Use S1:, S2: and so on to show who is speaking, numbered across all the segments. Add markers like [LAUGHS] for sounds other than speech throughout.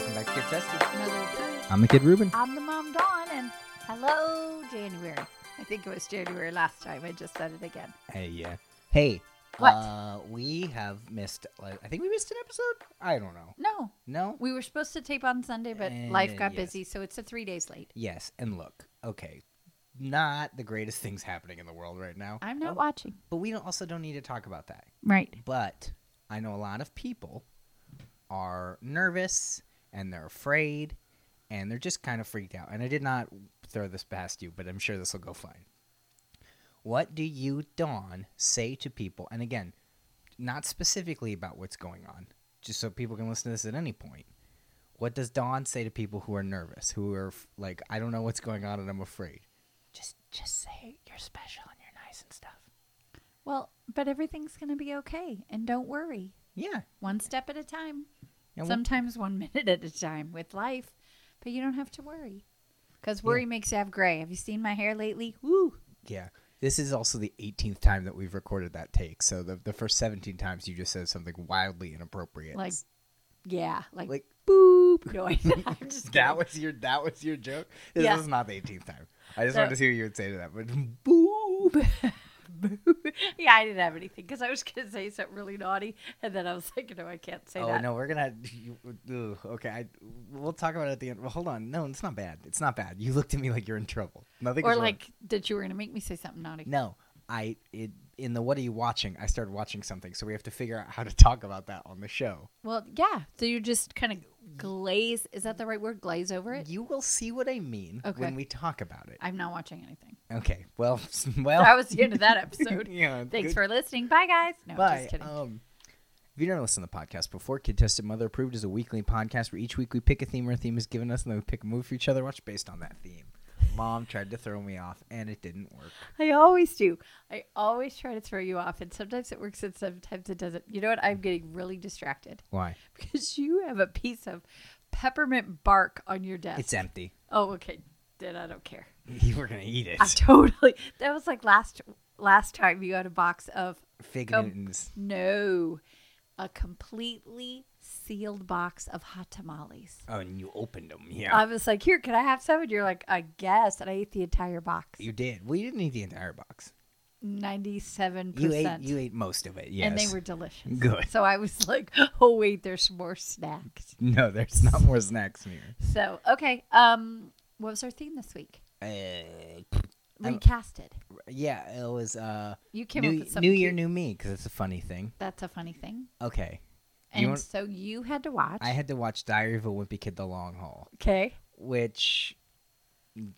S1: tested.
S2: Another,
S3: I'm the kid Ruben.
S2: I'm the mom Dawn, and hello, January. I think it was January last time. I just said it again.
S3: Hey, yeah.
S1: Hey,
S2: What?
S1: Uh, we have missed. like, I think we missed an episode. I don't know.
S2: No,
S1: No.
S2: we were supposed to tape on Sunday, but
S1: Uh,
S2: life got
S1: yes.
S2: busy, so it's a three days late.
S1: Yes, and look. Okay, not the greatest [LAUGHS] things happening in the world right now.
S2: I'm not
S1: Oh,
S2: watching.
S1: But we don't, also don't need to talk about that.
S2: Right.
S1: But I know a lot of people are nervous and they're afraid and they're just kind of freaked out. And I did not throw this past you, but I'm sure this will go fine. What do you, Dawn, say to people? And again, not specifically about what's going on, just so people can listen to this at any point. What does Dawn say to people who are nervous, who are f- like, I don't know what's going on and I'm afraid? Just, just say you're special and you're nice and stuff.
S2: Well, but everything's going to be okay, and don't worry.
S1: Yeah.
S2: One step at a time.
S1: And we'll-
S2: Sometimes one [LAUGHS] minute at a time with life, but you don't have to worry. Because worry makes you have gray. Have you seen my hair lately? Woo!
S1: Yeah. This is also the 18th time that we've recorded that take. So the, the first 17 times you just said something wildly inappropriate. [LAUGHS]
S2: Like, yeah,
S1: like
S2: like, like boop noise. [LAUGHS] I'm
S1: [LAUGHS]
S2: just
S1: that
S2: kidding.
S1: was your that was your joke. This
S2: Yeah.
S1: is not the 18th time. I just
S2: So-
S1: wanted to see what you would say to that.
S2: [LAUGHS]
S1: But boop.
S2: yeah, I didn't have anything because I was going to say something really naughty, and then I was like, no, I can't say
S1: Oh
S2: that.
S1: no, we're gonna. You, ugh, okay, I, we'll talk about it at the end. Well, hold on. No, it's not bad. It's not bad. You looked at me like you're in trouble. Nothing.
S2: Or
S1: is wrong.
S2: like that you were going to make me say something naughty.
S1: No, I it in the what are you watching? I started watching something, so we have to figure out how to talk about that on the show.
S2: Well, yeah. So you just kind of glaze. Is that the right word? Glaze over it.
S1: You will see what I mean
S2: Okay.
S1: when we talk about it.
S2: I'm not watching anything.
S1: Okay. Well, [LAUGHS] well.
S2: That was the end of that episode.
S1: [LAUGHS]
S2: [LAUGHS]
S1: yeah,
S2: Thanks
S1: good-
S2: for listening. Bye, guys. No,
S1: Bye.
S2: just kidding.
S1: Um, if you never listened to the podcast before, Kid Tested Mother Approved is a weekly podcast where each week we pick a theme or a theme is given us, and then we pick a movie for each other to watch based on that theme. Mom tried to throw me off, and it didn't work.
S2: I always do. I always try to throw you off, and sometimes it works, and sometimes it doesn't. You know what? I'm getting really distracted
S1: Why?
S2: because [LAUGHS] you have a piece of peppermint bark on your desk.
S1: It's empty. [LAUGHS]
S2: oh, okay. Then I don't care.
S1: You were gonna eat it.
S2: I totally. That was like last last time you had a box of
S1: Fig
S2: Oh.
S1: Newtons.
S2: no, a completely sealed box of hot tamales.
S1: Oh, and you opened them. Yeah,
S2: I was like, "Here, can I have some?" And you're like, "I guess." And I ate the entire box.
S1: you did. Well, you didn't eat the entire box.
S2: Ninety-seven
S1: You ate.
S2: percent.
S1: You ate most of it. Yes.
S2: And they were delicious.
S1: [LAUGHS] Good.
S2: So I was [LAUGHS] like, "Oh wait, there's more snacks."
S1: No, there's not more snacks in here.
S2: So okay, um, what was our theme this week?
S1: Uh, I'm-
S2: Recasted.
S1: yeah, it was. Uh,
S2: You came up
S1: new
S2: with something.
S1: new year,
S2: cute.
S1: new me, because it's a funny thing.
S2: That's a funny thing.
S1: Okay. You
S2: And
S1: want-
S2: so you had to watch.
S1: I had to watch Diary of a Wimpy Kid: The Long Haul,
S2: okay.
S1: which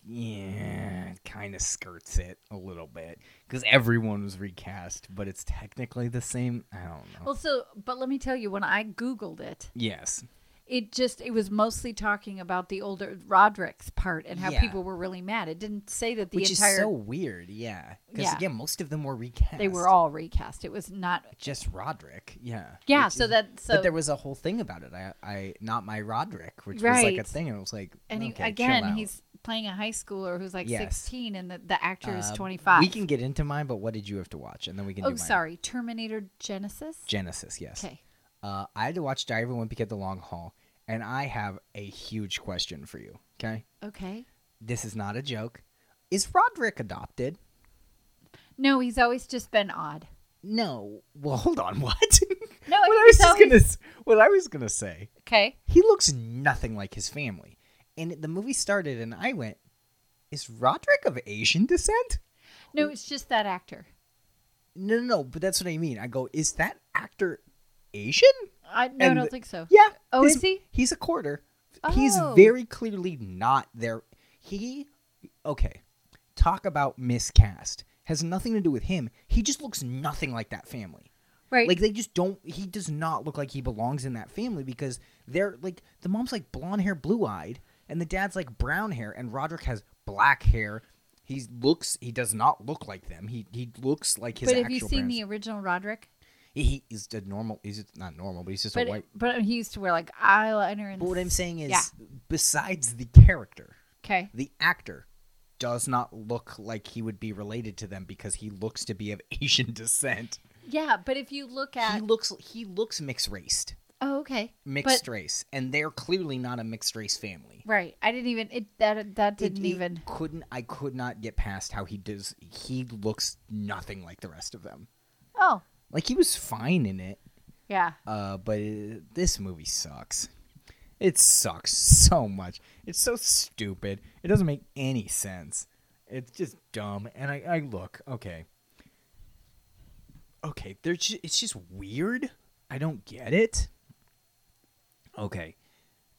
S1: yeah, kind of skirts it a little bit because everyone was recast, but it's technically the same. I don't know.
S2: Well, so but let me tell you, when I Googled it,
S1: yes,
S2: it just it was mostly talking about the older Roderick's part and how
S1: Yeah.
S2: people were really mad. It didn't say that the
S1: which
S2: entire
S1: is so weird. Yeah, because
S2: Yeah.
S1: again, most of them were recast.
S2: they were all recast. It was not.
S1: just Roderick. Yeah.
S2: Yeah.
S1: which
S2: so
S1: is-
S2: that so
S1: but there was a whole thing about it. I, I, not my Roderick, which was like a
S2: Right.
S1: thing, and it was like,
S2: and he,
S1: okay, chill
S2: again
S1: out.
S2: he's playing a high schooler who's like
S1: Yes.
S2: 16 and the, the actor is
S1: Uh,
S2: 25
S1: We can get into mine, but what did you have to watch? And then we can.
S2: oh
S1: do mine.
S2: sorry terminator genesis
S1: Genesis. Yes.
S2: okay
S1: Uh, I had to watch Diary of a Wimpy Kid: The Long Haul, and I have a huge question for you. Okay,
S2: okay
S1: this is not a joke. Is Roderick adopted?
S2: no he's always just been odd
S1: No. Well, hold on. [LAUGHS] What?
S2: No,
S1: what I was
S2: he's
S1: just
S2: always-
S1: gonna. s- What I was gonna say.
S2: okay
S1: He looks nothing like his family, and the movie started, and I went, "Is Roderick of Asian descent?"
S2: no it's just that actor
S1: No, no, no. But that's what I mean. I go, "Is that actor Asian?"
S2: i no i
S1: And
S2: don't
S1: the-
S2: think so
S1: Yeah.
S2: Oh,
S1: his-
S2: is he?
S1: He's a quarter. He's
S2: Oh.
S1: very clearly not there. He, okay, talk about miscast. Has nothing to do with him. He just looks nothing like that family.
S2: right
S1: Like they just don't. He does not look like he belongs in that family because they're like the mom's like blonde hair, blue eyed, and the dad's like brown hair, and Roderick has black hair. He looks. He does not look like them. He he looks like his.
S2: but have
S1: actual
S2: you seen
S1: parents.
S2: the original roderick
S1: He, he's a normal. He's not normal, but he's just
S2: but
S1: a white.
S2: but he used to wear like eyeliner and
S1: But what I'm saying is,
S2: Yeah.
S1: besides the character,
S2: okay
S1: the actor does not look like he would be related to them because he looks to be of [LAUGHS] Asian descent.
S2: yeah but if you look at
S1: He looks he looks mixed raced.
S2: oh Okay.
S1: mixed race, and they're clearly not a mixed race family.
S2: Right. I didn't even it that that didn't
S1: It- it
S2: even
S1: couldn't I could not get past how he does. He looks nothing like the rest of them.
S2: Oh,
S1: Like he was fine in it,
S2: yeah.
S1: uh, but it, this movie sucks. It sucks so much. It's so stupid. It doesn't make any sense. It's just dumb. And I, I look okay. Okay, they're ju- it's just weird. I don't get it. Okay,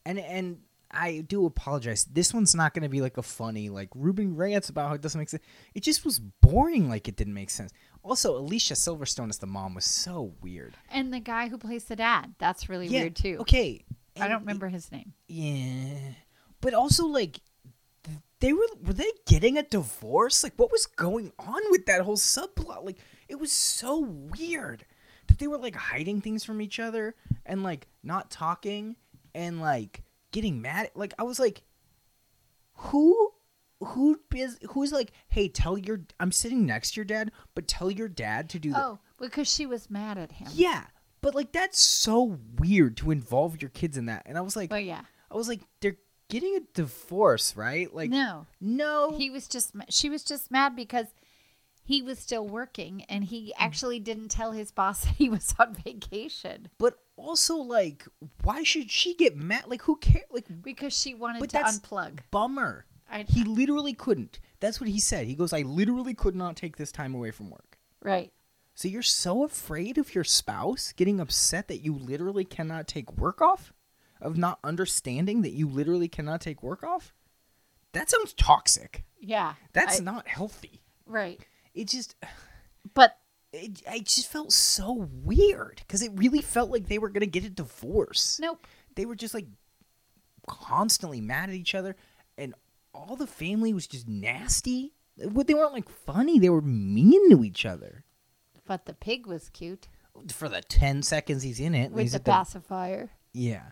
S1: and and I do apologize. This one's not going to be like a funny like Ruben rants about how it doesn't make sense. It just was boring. Like it didn't make sense. Also, Alicia Silverstone as the mom was so weird.
S2: And the guy who plays the dad, that's really
S1: Yeah,
S2: weird too.
S1: Okay.
S2: I
S1: And
S2: don't
S1: it-
S2: remember his name.
S1: Yeah. But also like th- they were were they getting a divorce? Like what was going on with that whole subplot? Like it was so weird that they were like hiding things from each other and like not talking and like getting mad. Like I was like who who is who's like hey tell your I'm sitting next to your dad but tell your dad to do that.
S2: Oh, because she was mad at him.
S1: Yeah. But like that's so weird to involve your kids in that. And I was like
S2: Well, yeah.
S1: I was like, they're getting a divorce, right? Like, oh.
S2: no.
S1: no.
S2: He was just ma- she was just mad because he was still working and he
S1: Hmm.
S2: actually didn't tell his boss [LAUGHS] that he was on vacation
S1: but also, like, why should she get mad? Like, who cares? Like,
S2: because she wanted
S1: But
S2: to
S1: that's-
S2: unplug.
S1: bummer.
S2: I,
S1: He literally couldn't. That's what he said. He goes, I literally could not take this time away from work.
S2: right.
S1: So you're so afraid of your spouse getting upset that you literally cannot take work off? Of not understanding that you literally cannot take work off? That sounds toxic.
S2: Yeah.
S1: That's
S2: I-
S1: not healthy.
S2: right.
S1: It just. [SIGHS]
S2: But
S1: it, I just felt so weird because it really felt like they were gonna get a divorce.
S2: nope.
S1: They were just like constantly mad at each other, and all the family was just nasty. What they weren't like funny; they were mean to each other.
S2: But the pig was cute
S1: For the ten seconds he's in it,
S2: with
S1: he's
S2: the
S1: at
S2: pacifier.
S1: yeah.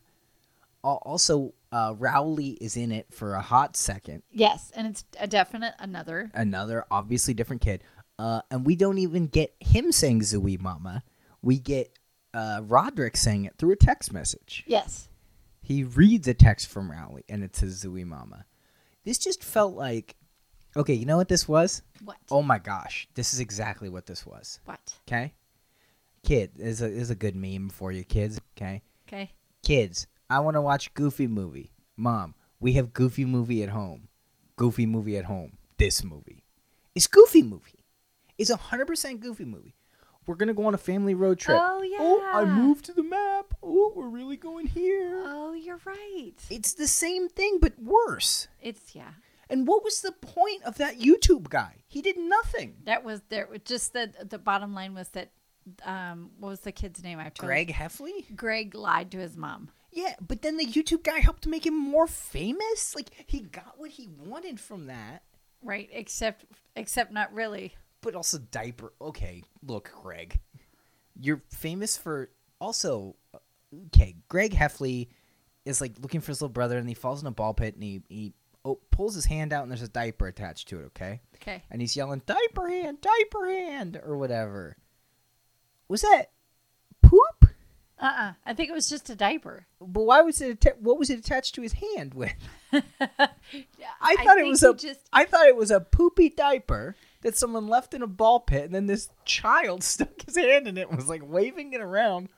S1: Al- Also, uh, Rowley is in it for a hot second.
S2: Yes, and it's a definite another.
S1: another obviously different kid. Uh, and we don't even get him saying Zooey Mama. We get uh, Roderick saying it through a text message.
S2: Yes.
S1: He reads a text from Rowley and it says Zooey Mama. This just felt like, okay, you know what this was?
S2: What?
S1: Oh my gosh, this is exactly what this was.
S2: What?
S1: Okay? Kid, this is a, this is a good meme for you kids. Okay?
S2: Okay.
S1: Kids, I want to watch Goofy movie. Mom, we have Goofy movie at home. Goofy movie at home. This movie. It's Goofy movie. It's 100% Goofy movie. We're going to go on a family road trip.
S2: Oh, yeah.
S1: Oh, I moved to the map. Oh, we're really going here.
S2: Oh, you're right.
S1: It's the same thing, but worse.
S2: It's yeah.
S1: And what was the point of that YouTube guy? He did nothing.
S2: That was there. was Just the the bottom line was that. Um, what was the kid's name? I told
S1: Greg Heffley?
S2: Greg lied to his mom.
S1: Yeah, but then the YouTube guy helped make him more famous. Like, he got what he wanted from that.
S2: Right. Except except not really.
S1: but also diaper. Okay, look, Greg, you're famous for also. Okay, Greg Heffley is like looking for his little brother, and he falls in a ball pit, and he he oh, pulls his hand out, and there's a diaper attached to it. Okay,
S2: Okay.
S1: and he's yelling, "Diaper hand, diaper hand," or whatever. Was that poop?
S2: Uh uh I think it was just a diaper. [LAUGHS]
S1: But why was it? Atta- what was it attached to his hand with? [LAUGHS]
S2: Yeah,
S1: I thought it was
S2: think he
S1: a. I
S2: just
S1: thought it was a poopy diaper that someone left in a ball pit, and then this child [LAUGHS] stuck his hand in it and was like waving it around.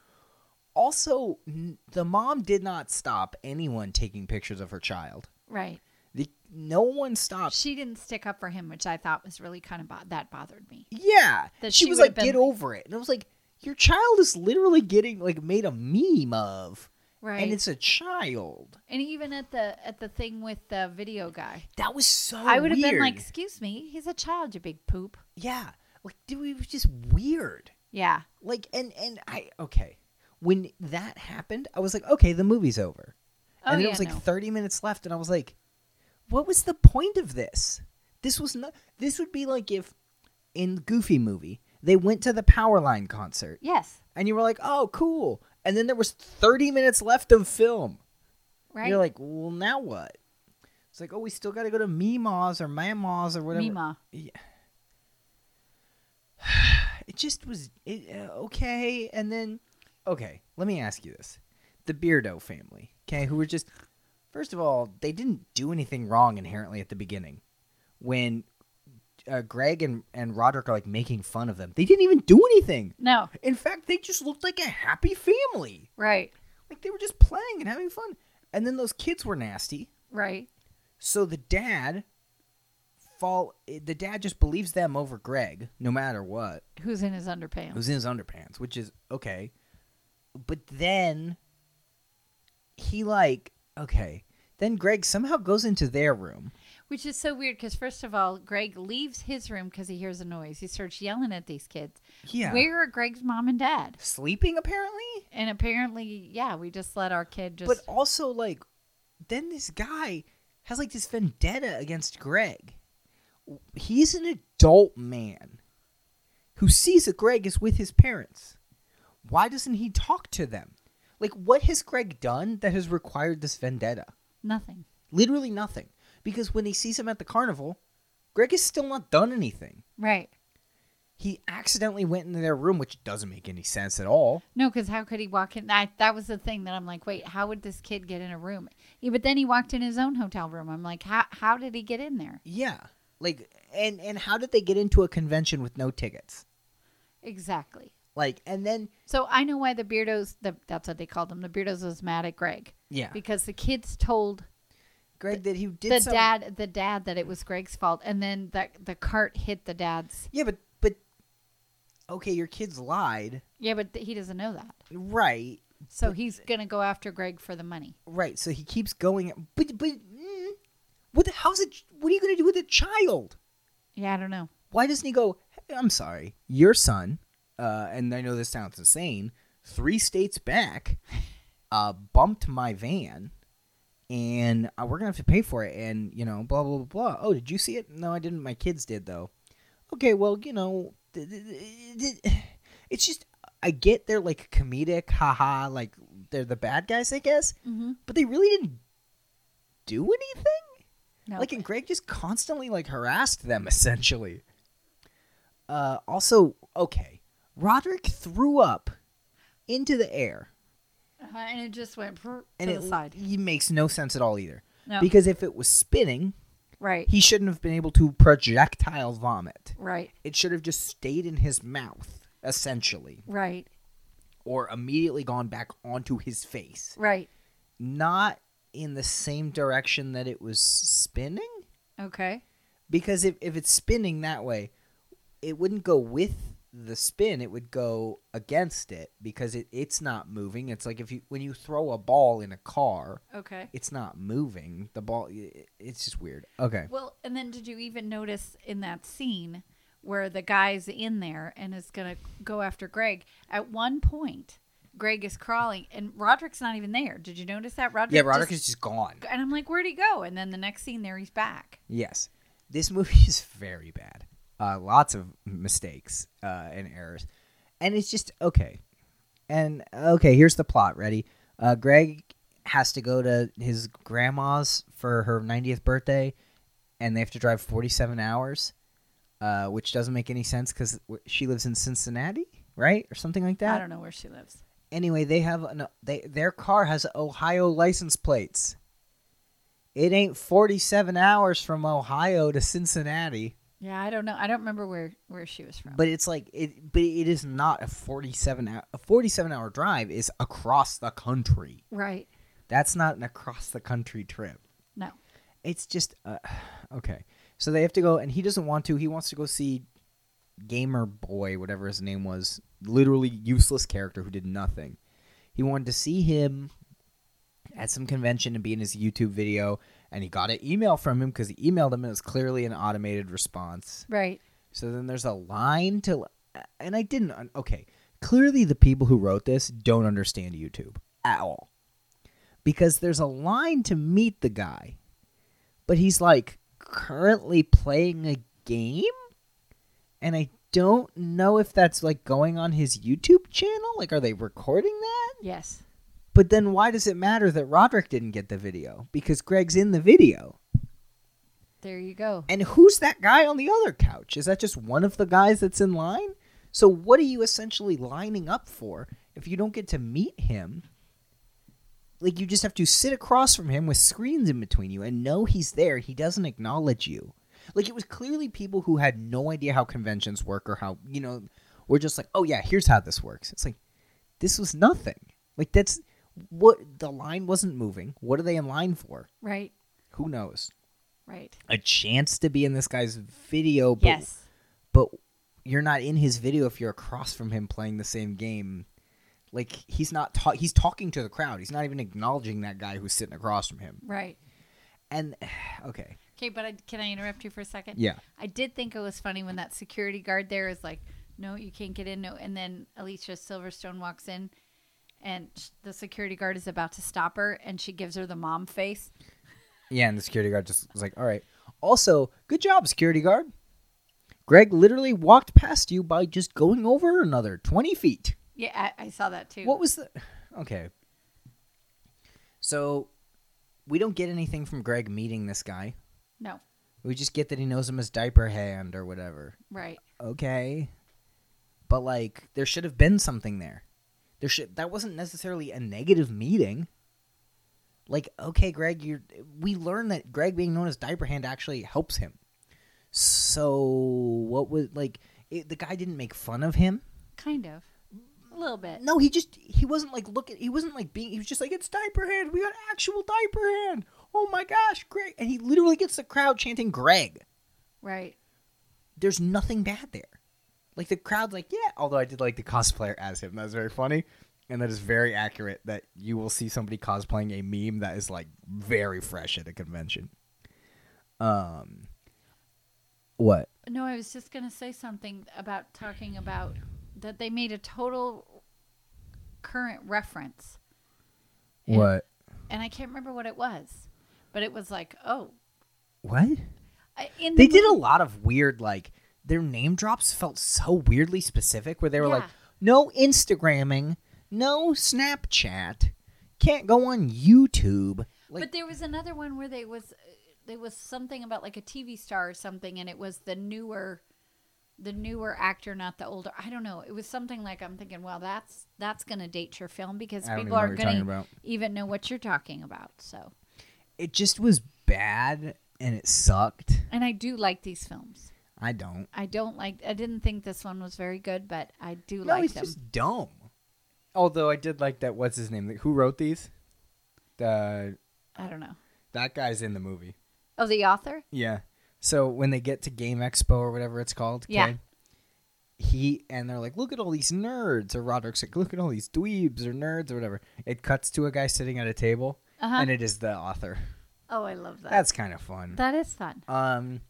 S1: Also, n- the mom did not stop anyone taking pictures of her child.
S2: right.
S1: The, no one stopped.
S2: She didn't stick up for him, which I thought was really kind of bo- that bothered me.
S1: Yeah,
S2: That
S1: she,
S2: she
S1: was
S2: would've
S1: like,
S2: been
S1: "Get
S2: like-
S1: over it," and I was like, "Your child is literally getting like made a meme of,
S2: Right.
S1: and it's a child."
S2: And even at the at the thing with the video guy,
S1: That was so.
S2: I would have been
S1: Oh, weird.
S2: like, "Excuse me, he's a child, you big poop."
S1: "Yeah, like, dude, it was just weird."
S2: Yeah,
S1: like and and i okay when that happened i was like okay the movie's over
S2: Oh,
S1: and then
S2: yeah,
S1: it was like
S2: no.
S1: 30 minutes left and i was like what was the point of this this was not this would be like if in goofy movie they went to the powerline concert
S2: yes,
S1: and you were like oh cool and then there was 30 minutes left of film
S2: right.
S1: you're like well now what it's like oh we still got to go to meemaws or mamaws or whatever
S2: Mima.
S1: it just was it, uh, okay and then okay let me ask you this the Beardo family, okay, who were just, first of all, they didn't do anything wrong inherently at the beginning. When uh, Greg and, and Roderick are like making fun of them, they didn't even do anything.
S2: No.
S1: In fact, they just looked like a happy family.
S2: Right.
S1: Like they were just playing and having fun. And then those kids were nasty.
S2: Right.
S1: So the dad fall the dad just believes them over Greg no matter what.
S2: Who's in his underpants?
S1: Who's in his underpants, which is okay. But then he like okay. Then Greg somehow goes into their room.
S2: Which is so weird because, first of all, Greg leaves his room because he hears a noise. He starts yelling at these kids.
S1: Yeah.
S2: Where are Greg's mom and dad?
S1: Sleeping apparently?
S2: And apparently, yeah, we just let our kid just.
S1: But also, like, then this guy has like this vendetta against Greg. He's an adult man who sees that Greg is with his parents. Why doesn't he talk to them? Like, what has Greg done that has required this vendetta?
S2: nothing.
S1: Literally nothing. Because when he sees him at the carnival, Greg has still not done anything.
S2: Right.
S1: He accidentally went into their room, which doesn't make any sense at all.
S2: No, because how could he walk in? I, that was the thing that I'm like, wait, how would this kid get in a room? Yeah, but then he walked in his own hotel room. I'm like, how, how did he get in there?
S1: Yeah. Like, and and how did they get into a convention with no tickets?
S2: Exactly.
S1: Like, and then
S2: So I know why the Beardos, the, that's what they called them, the Beardos was mad at Greg
S1: yeah,
S2: because the kids told
S1: Greg that he did
S2: the
S1: some-
S2: dad the dad that it was Greg's fault and then the the cart hit the dad's
S1: Yeah, but but okay, your kids lied,
S2: yeah but th- he doesn't know that
S1: right?
S2: so he's gonna go after Greg for the money
S1: Right. So he keeps going, but but mm, what? The, how's it? What are you gonna do with a child?
S2: yeah I don't know
S1: Why doesn't he go? "Hey, I'm sorry, your son. Uh, and I know this sounds insane. Three states back, uh, bumped my van, and uh, we're gonna have to pay for it. And you know, blah blah blah blah. Oh, did you see it? No, I didn't. My kids did though. Okay, well, you know, th- th- th- [SIGHS] th- it's just I get they're like comedic, haha, like they're the bad guys, I guess.
S2: mm-hmm.
S1: But they really didn't do anything.
S2: no
S1: Like, and Greg just constantly like harassed them essentially. Uh, also, okay, Roderick threw up into the air,
S2: Uh, and it just went purr
S1: and
S2: to
S1: it,
S2: the side
S1: it makes no sense at all either.
S2: no
S1: Because if it was spinning,
S2: right
S1: he shouldn't have been able to projectile vomit.
S2: right
S1: It should have just stayed in his mouth, essentially,
S2: right
S1: or immediately gone back onto his face.
S2: right
S1: Not in the same direction that it was spinning.
S2: okay
S1: because if, if it's spinning that way it wouldn't go with the spin it would go against it because it, it's not moving it's like if you when you throw a ball in a car
S2: okay
S1: it's not moving the ball i- it's just weird okay
S2: well and then did you even notice in that scene where the guy's in there and is gonna go after Greg at one point Greg is crawling and Roderick's not even there did you notice that Roderick
S1: yeah
S2: just-
S1: roderick is just gone
S2: and I'm like, where'd he go? And then the next scene, there he's back.
S1: yes this movie [LAUGHS] is very bad uh, lots of mistakes uh, and errors and it's just okay and okay here's the plot ready uh, greg has to go to his grandma's for her 90th birthday and they have to drive 47 hours uh, which doesn't make any sense because she lives in cincinnati right or something like
S2: I
S1: that
S2: don't know where she lives.
S1: anyway they have an they, their car has ohio license plates it ain't 47 hours from ohio to cincinnati
S2: Yeah, I don't know. I don't remember where where she was from.
S1: but it's like it but it is not a 47 hour a 47 hour drive is across the country
S2: right?
S1: that's not an across the country trip
S2: No.
S1: it's just uh, [SIGHS] okay so they have to go and he doesn't want to he wants to go see gamer boy whatever his name was literally useless character who did nothing he wanted to see him at some convention and be in his youtube video and he got an email from him because he emailed him and it was clearly an automated response
S2: Right.
S1: so then there's a line to, and I didn't. un- Okay, clearly the people who wrote this don't understand YouTube at all, because there's a line to meet the guy, but he's like currently playing a game, and I don't know if that's like going on his YouTube channel. Like, are they recording that?
S2: Yes.
S1: But then why does it matter that Roderick didn't get the video? Because Greg's in the video.
S2: There you go.
S1: And who's that guy on the other couch? Is that just one of the guys that's in line? So what are you essentially lining up for if you don't get to meet him? like you just have to sit across from him with screens in between you and know he's there. He doesn't acknowledge you. Like it was clearly people who had no idea how conventions work or how you know were just like, oh yeah, here's how this works. It's like this was nothing. Like that's what the line wasn't moving. What are they in line for?
S2: Right.
S1: Who knows?
S2: Right.
S1: A chance to be in this guy's video, but
S2: yes.
S1: but you're not in his video if you're across from him playing the same game. Like he's not ta- he's talking to the crowd. He's not even acknowledging that guy who's sitting across from him.
S2: Right.
S1: And [SIGHS] okay,
S2: Okay, but I, can I interrupt you for a second?
S1: yeah,
S2: I did think it was funny when that security guard there is like, "No, you can't get in." No, and then Alicia Silverstone walks in, and sh- the security guard is about to stop her, and she gives her the mom face.
S1: yeah. And the security guard just was like, "All right." Also, good job, security guard. Greg literally walked past you by just going over another twenty feet.
S2: Yeah, I, I saw that too.
S1: What was the? Okay. So, we don't get anything from Greg meeting this guy.
S2: No,
S1: We just get that he knows him as Diaper Hand or whatever.
S2: right,
S1: okay but like there should have been something there there should that wasn't necessarily a negative meeting like okay greg you we learned that greg being known as diaper hand actually helps him so what was like it, the guy didn't make fun of him
S2: kind of, a little bit.
S1: no he just he wasn't like looking he wasn't like being he was just like it's diaper hand we got actual diaper hand oh my gosh greg and he literally gets the crowd chanting greg
S2: Right,
S1: there's nothing bad there. Like the crowd's like, yeah. Although I did like the cosplayer as him. That was very funny. And that is very accurate that you will see somebody cosplaying a meme that is like very fresh at a convention. Um what?
S2: No, I was just gonna say something about talking about that they made a total current reference. And-
S1: What?
S2: And I can't remember what it was, but it was like, oh,
S1: What?
S2: I- in
S1: They
S2: the
S1: did a
S2: movie-
S1: lot of weird like their name drops felt so weirdly specific where they were like
S2: Yeah.
S1: no Instagramming, no Snapchat, can't go on YouTube. Like
S2: but there was another one where they was there was something about like a TV star or something, and it was the newer, the newer actor, not the older. I don't know. It was something like I'm thinking, well, that's that's gonna date your film because
S1: I don't even know
S2: people
S1: what
S2: aren't
S1: you're talking
S2: gonna
S1: about.
S2: even know what you're talking about. So,
S1: it just was bad and it sucked.
S2: and I do like these films.
S1: I don't.
S2: I don't like. I didn't think this one was very good, but I do
S1: No,
S2: like
S1: it's
S2: them.
S1: just dumb. Although I did like that. What's his name? Who wrote these? The
S2: I don't know.
S1: that guy's in the movie.
S2: Oh, the author.
S1: Yeah. So when they get to Game Expo or whatever it's called,
S2: Yeah.
S1: okay, He and they're like, look at all these nerds, or Roderick's like, look at all these dweebs or nerds or whatever. It cuts to a guy sitting at a table,
S2: Uh-huh.
S1: and it is the author.
S2: oh, I love that.
S1: That's kind of fun.
S2: that is fun.
S1: Um,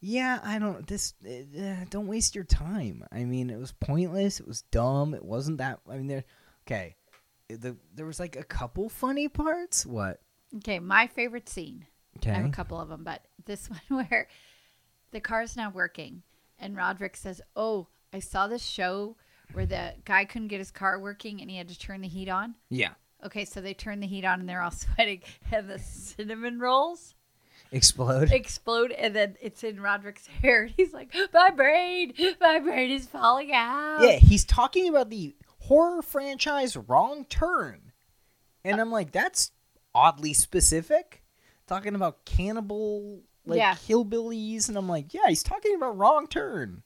S1: yeah, I don't. This uh, uh, don't waste your time. I mean, it was pointless. It was dumb. It wasn't that. I mean, there. Okay, eh, the there was like a couple funny parts. What?
S2: Okay, my favorite scene. I have
S1: Okay.
S2: a couple of them, but this [LAUGHS] one where the car's not working, and Roderick says, "Oh, I saw this show where the guy couldn't get his car working, and he had to turn the heat on."
S1: Yeah.
S2: Okay, so they turn the heat on, and they're all [LAUGHS] sweating, and the cinnamon rolls
S1: Explode.
S2: explode, and then it's in Roderick's [LAUGHS] hair. and He's like, "My brain, my brain is falling out."
S1: yeah, he's talking about the horror franchise Wrong Turn, and I'm like, that's oddly specific. Talking about cannibal, like
S2: Yeah.
S1: hillbillies, and I'm like, yeah, he's talking about Wrong Turn.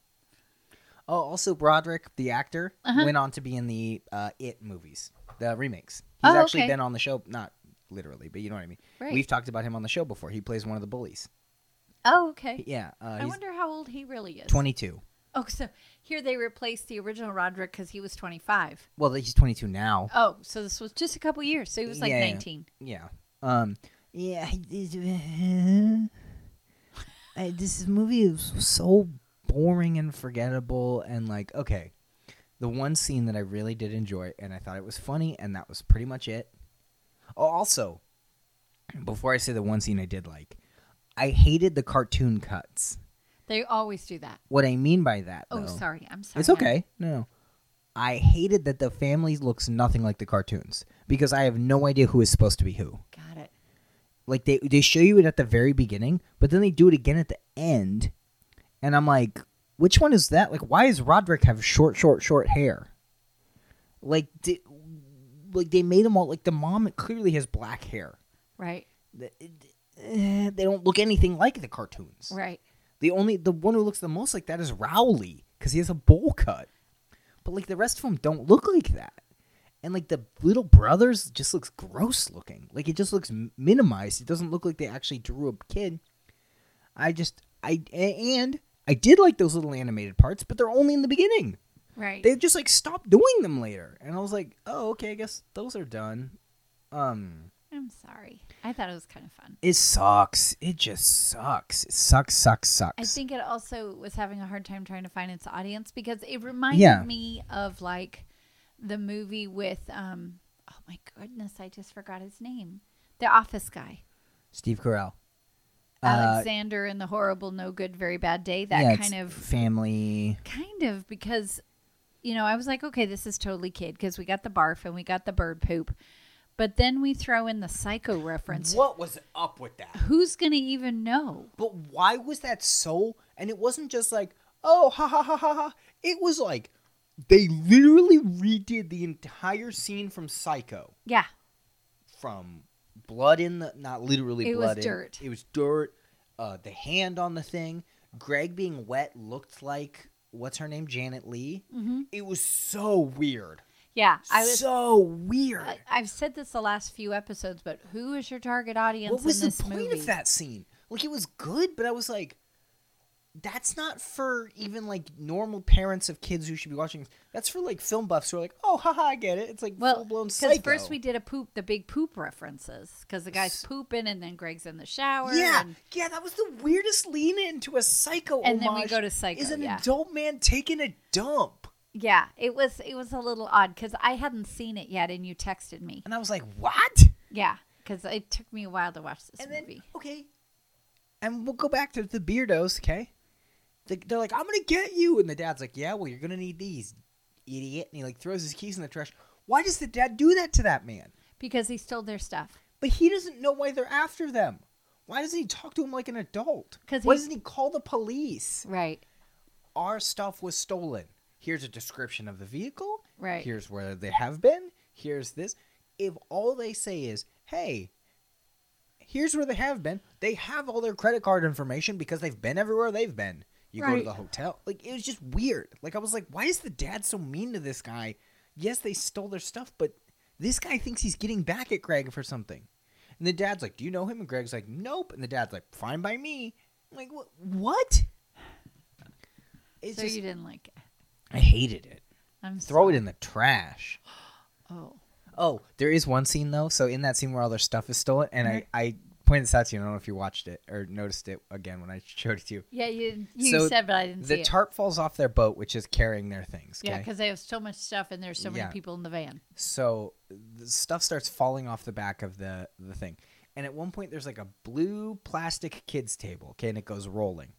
S1: Oh, also Broderick, the actor,
S2: Uh-huh.
S1: went on to be in the uh, It movies, the remakes. He's
S2: Oh,
S1: actually
S2: okay.
S1: been on the show, not literally, but you know what I mean.
S2: Right.
S1: We've talked about him on the show before. He plays one of the bullies.
S2: Oh, okay.
S1: Yeah, uh,
S2: I
S1: he's
S2: wonder how old he really is.
S1: 22.
S2: Oh, so here they replaced the original Roderick because he was twenty-five.
S1: Well, he's 22 now.
S2: Oh, so this was just a couple years. So he was like
S1: Yeah.
S2: 19.
S1: Yeah. Um. Yeah. I, did- [LAUGHS] I, this movie is so boring and forgettable, and like, okay, the one scene that I really did enjoy, and I thought it was funny, and that was pretty much it. Oh, also, before I say the one scene I did like, I hated the cartoon cuts.
S2: They always do that.
S1: What I mean by that,
S2: Oh,
S1: though-
S2: sorry. I'm sorry.
S1: it's okay. No, no. I hated that the family looks nothing like the cartoons because I have no idea who is supposed to be who
S2: Got it.
S1: like they they show you it at the very beginning, but then they do it again at the end, and I'm like, which one is that? Like, why does Roderick have short, short, short hair? Like, di- like they made them all like the mom clearly has black hair.
S2: Right.
S1: The- it- eh, They don't look anything like the cartoons.
S2: Right.
S1: The only the one who looks the most like that is Rowley because he has a bowl cut, but like the rest of them don't look like that. And like the little brothers just looks gross looking. Like it just looks m- minimized. It doesn't look like they actually drew a kid. I just I a- and I did like those little animated parts, but they're only in the beginning.
S2: Right.
S1: They just like stopped doing them later, and I was like, oh okay, I guess those are done. Um,
S2: I'm sorry. I thought it was kind of fun.
S1: it sucks. It just sucks. It sucks, sucks, sucks.
S2: I think it also was having a hard time trying to find its audience because it reminded
S1: Yeah.
S2: me of like the movie with um oh my goodness, I just forgot his name. The office guy.
S1: Steve Carell. Uh,
S2: Alexander and the horrible no good very bad day. That
S1: Yeah,
S2: kind
S1: it's
S2: of
S1: family.
S2: kind of because you know, I was like, okay, this is totally kid because we got the barf and we got the bird poop. But then we throw in the psycho reference.
S1: What was up with that?
S2: Who's going to even know?
S1: But why was that so? And it wasn't just like, oh, ha ha ha ha ha. It was like they literally redid the entire scene from Psycho,
S2: Yeah.
S1: from blood in the not literally
S2: It was
S1: blood. in-
S2: dirt.
S1: It was dirt. Uh, the hand on the thing. Greg being wet looked like what's her name, Janet Lee.
S2: hmm
S1: It was so weird.
S2: Yeah. I was
S1: so weird.
S2: I, I've said this the last few episodes, but who is your target audience
S1: What was
S2: in
S1: the
S2: this
S1: point
S2: movie?
S1: of that scene? Like it was good, but I was like, that's not for even like normal parents of kids who should be watching. That's for like film buffs who are like, oh, haha, I get it. It's like
S2: Well,
S1: full blown
S2: because
S1: psycho.
S2: first we did a poop, the big poop references, because the guy's
S1: S-
S2: pooping and then Greg's in the shower.
S1: yeah,
S2: and,
S1: yeah, that was the weirdest lean into a psycho.
S2: and then we
S1: homage
S2: go to psycho.
S1: Is an
S2: yeah.
S1: adult man taking a dump,
S2: yeah, it was it was a little odd because I hadn't seen it yet, and you texted me.
S1: and I was like, what?
S2: Yeah, because it took me a while to watch this
S1: and then
S2: movie.
S1: okay, and we'll go back to the beardos. Okay, They- they're like, "I'm gonna get you," and the dad's like, "Yeah, well, you're gonna need these, idiot." And he like throws his keys in the trash. Why does the dad do that to that man?
S2: because he stole their stuff.
S1: But he doesn't know why they're after them. Why doesn't he talk to him like an adult?
S2: 'Cause
S1: why
S2: he-
S1: doesn't he call the police?
S2: Right.
S1: Our stuff was stolen. Here's a description of the vehicle.
S2: Right.
S1: Here's where they have been. Here's this. If all they say is, hey, here's where they have been, they have all their credit card information because they've been everywhere they've been. You go
S2: Right.
S1: to the hotel. Like, it was just weird. Like, I was like, why is the dad so mean to this guy? Yes, they stole their stuff, but this guy thinks he's getting back at Greg for something. And the dad's like, do you know him? And Greg's like, nope. And the dad's like, fine by me. I'm like, "Wha- what? It's
S2: so
S1: just,
S2: you didn't like it.
S1: I hated it.
S2: I'm
S1: Throw
S2: sorry.
S1: it in the trash.
S2: Oh,
S1: Oh, there is one scene though. So in that scene where all their stuff is stolen, and
S2: Mm-hmm.
S1: I, I pointed this out to you. I don't know if you watched it or noticed it again when I [LAUGHS] showed it to you.
S2: yeah. You you
S1: So
S2: said, but I didn't see
S1: The
S2: it.
S1: tarp falls off their boat, which is carrying their things.
S2: Yeah,
S1: Okay?
S2: because they have so much stuff and there's so
S1: Yeah.
S2: many people in the van.
S1: so the stuff starts falling off the back of the the thing, and at one point there's like a blue plastic kids table. Okay, and it goes rolling.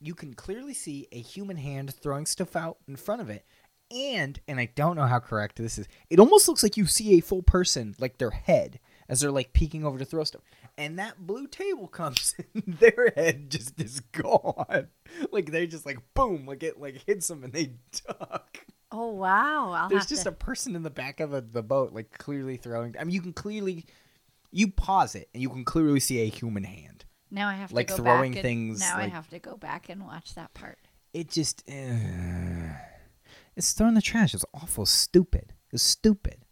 S1: You can clearly see a human hand throwing stuff out in front of it. And and I don't know how correct this is. It almost looks like you see a full person, like their head, as they're like peeking over to throw stuff. And that blue table [LAUGHS] comes, and their head just is [LAUGHS] gone. Like they just like boom, like it like hits them, and they [LAUGHS] duck.
S2: Oh wow! I'll
S1: There's
S2: have
S1: just
S2: to...
S1: a person in the back of the, the boat, like clearly throwing. I mean, you can clearly, you pause it and you can clearly see a human hand.
S2: Now I have to
S1: like,
S2: go
S1: throwing
S2: back and,
S1: things,
S2: Now I
S1: like-
S2: have to go back and watch that part.
S1: It just, eh. it's thrown in the trash. It's awful, stupid. It's stupid.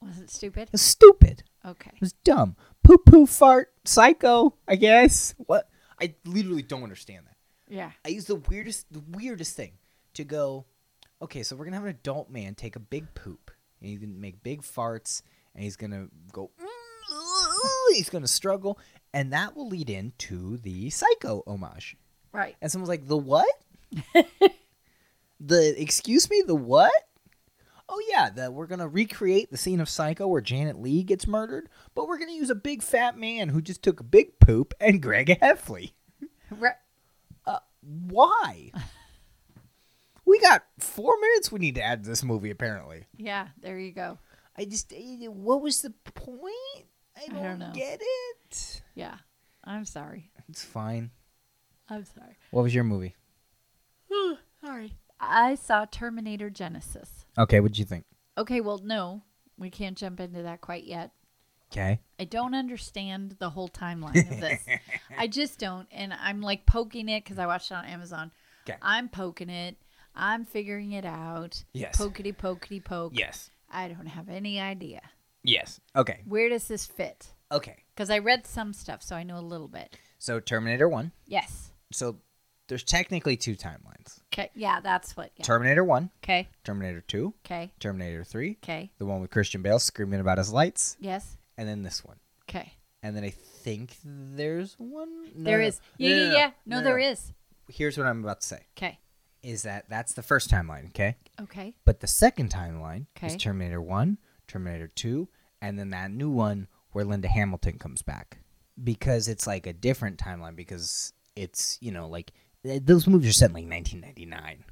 S2: Was it stupid?
S1: It's stupid.
S2: Okay.
S1: It was dumb. Poo poo fart, psycho. I guess. What? I literally don't understand that.
S2: Yeah.
S1: I use the weirdest, the weirdest thing to go. Okay, so we're gonna have an adult man take a big poop, and he's gonna make big farts, and he's gonna go. [LAUGHS] he's gonna struggle, and that will lead into the psycho homage.
S2: Right.
S1: And someone's like, "The what? the excuse me, the what? Oh yeah, the, we're gonna recreate the scene of Psycho where Janet Lee gets murdered, but we're gonna use a big fat man who just took a big poop and Greg Heffley."
S2: Right.
S1: Why? [LAUGHS] we got four minutes we need to add to this movie, apparently.
S2: Yeah. There you go.
S1: I just, eh, what was the point? I don't,
S2: don't know.
S1: get it.
S2: Yeah. I'm sorry.
S1: It's fine.
S2: I'm sorry.
S1: What was your movie?
S2: sorry. I saw Terminator Genesis.
S1: Okay, what'd you think?
S2: Okay. Well, no. We can't jump into that quite yet.
S1: Okay.
S2: I don't understand the whole timeline of this. I just don't. And I'm like poking it because I watched it on Amazon.
S1: 'Kay.
S2: I'm poking it. I'm figuring it out.
S1: Yes.
S2: Pokety pokety poke.
S1: Yes.
S2: I don't have any idea.
S1: Yes. Okay.
S2: Where does this fit?
S1: Okay.
S2: Because I read some stuff, so I know a little bit.
S1: So Terminator 1.
S2: Yes.
S1: So there's technically two timelines.
S2: Okay. Yeah, that's what. Yeah.
S1: Terminator 1,
S2: Okay.
S1: Terminator 2,
S2: Okay.
S1: Terminator 3,
S2: Okay.
S1: the one with Christian Bale screaming about his lights,
S2: Yes.
S1: and then this one.
S2: Okay.
S1: And then I think there's one. No,
S2: There
S1: no.
S2: is. Yeah, yeah, yeah. No, there is.
S1: Here's what I'm about to say
S2: Okay.
S1: is that that's the first timeline, okay?
S2: Okay.
S1: But the second timeline is
S2: Okay.
S1: Terminator 1, Terminator 2, and then that new one where Linda Hamilton comes back. Because it's like a different timeline because it's, you know, like th- those movies are set in like 1999.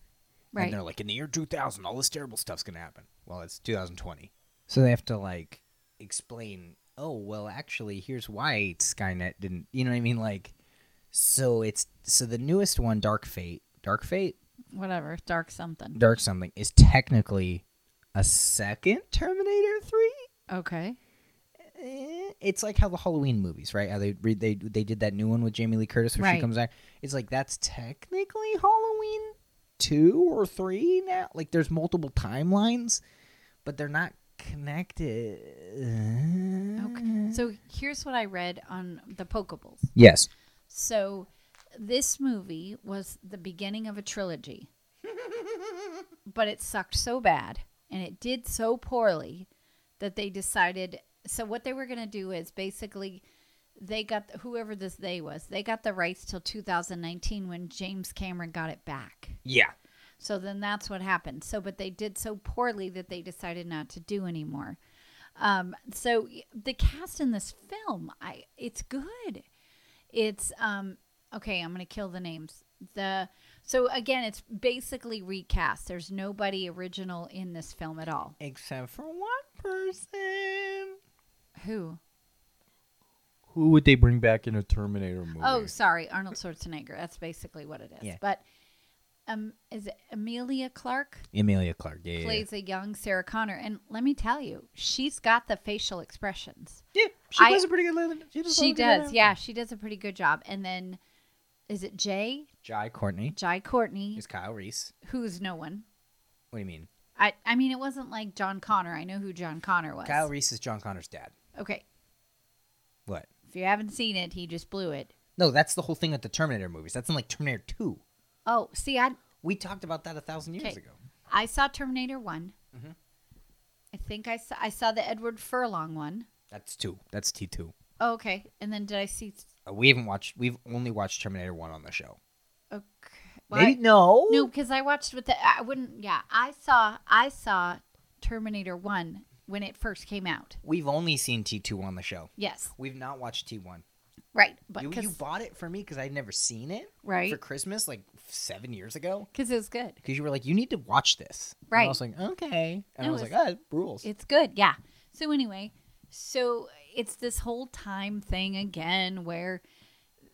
S2: Right.
S1: And they're like, in the year 2000, all this terrible stuff's going to happen. Well, it's 2020. So they have to like explain, oh, well, actually, here's why Skynet didn't, you know what I mean? Like, so it's, so the newest one, Dark Fate, Dark Fate,
S2: Whatever. Dark something.
S1: Dark Something is technically a second Terminator 3.
S2: Okay.
S1: Eh, It's like how the Halloween movies, right? How they re- they they did that new one with Jamie Lee Curtis where
S2: Right.
S1: she comes back. It's like that's technically Halloween 2 or 3 now. Like there's multiple timelines, but they're not connected.
S2: Okay. So here's what I read on the Pokeballs.
S1: Yes.
S2: So this movie was the beginning of a trilogy, but it sucked so bad and it did so poorly that they decided. So what they were going to do is basically they got whoever this they was they got the rights till 2019 when James Cameron got it back.
S1: Yeah.
S2: So then that's what happened. So, but they did so poorly that they decided not to do anymore. Um, so y- the cast in this film, I it's good. It's um, okay. I'm gonna kill the names. The so again, it's basically recast. There's nobody original in this film at all.
S1: Except for one person.
S2: Who?
S3: Who would they bring back in a Terminator movie?
S2: Oh, sorry, Arnold Schwarzenegger. That's basically what it is.
S1: Yeah.
S2: But um, is it Amelia Clark?
S1: Amelia Clark. Yeah. yeah, yeah.
S2: plays a young Sarah Connor, and let me tell you, she's got the facial expressions.
S1: Yeah, she
S2: I-
S1: plays a pretty good Linda. does a
S2: She
S1: pretty good
S2: does,
S1: Linda.
S2: yeah, she does a pretty good job. And then, is it Jay
S1: Jai Courtney
S2: Jai Courtney,
S1: is Kyle Reese.
S2: who's no one?
S1: What do you mean?
S2: I I mean, it wasn't like John Connor. I know who John Connor was.
S1: Kyle Reese is John Connor's dad.
S2: Okay,
S1: What?
S2: if you haven't seen it, he just blew it.
S1: No, that's the whole thing with the Terminator movies. That's in like Terminator 2.
S2: Oh, see, I
S1: We talked about that a thousand years
S2: Okay.
S1: ago.
S2: I saw Terminator One.
S1: Mhm.
S2: I think I saw I saw the Edward Furlong one.
S1: That's 2. That's T2.
S2: Oh, okay, and then did I see?
S1: Uh, we haven't watched, we've only watched Terminator 1 on the show.
S2: Okay, well, I-
S1: Maybe, no.
S2: No, because I watched with the I wouldn't. Yeah, I saw I saw Terminator One when it first came out.
S1: We've only seen T2 on the show.
S2: Yes,
S1: We've not watched T1.
S2: right, but
S1: you,
S2: because
S1: you bought it for me because I'd never seen it
S2: right
S1: for Christmas like seven years ago.
S2: because it was good.
S1: Because you were like, you need to watch this. And
S2: Right.
S1: I was like, okay. And
S2: No,
S1: I was
S2: it's-
S1: like, ah, it rules.
S2: It's good. Yeah. So anyway, so it's this whole time thing again where uh,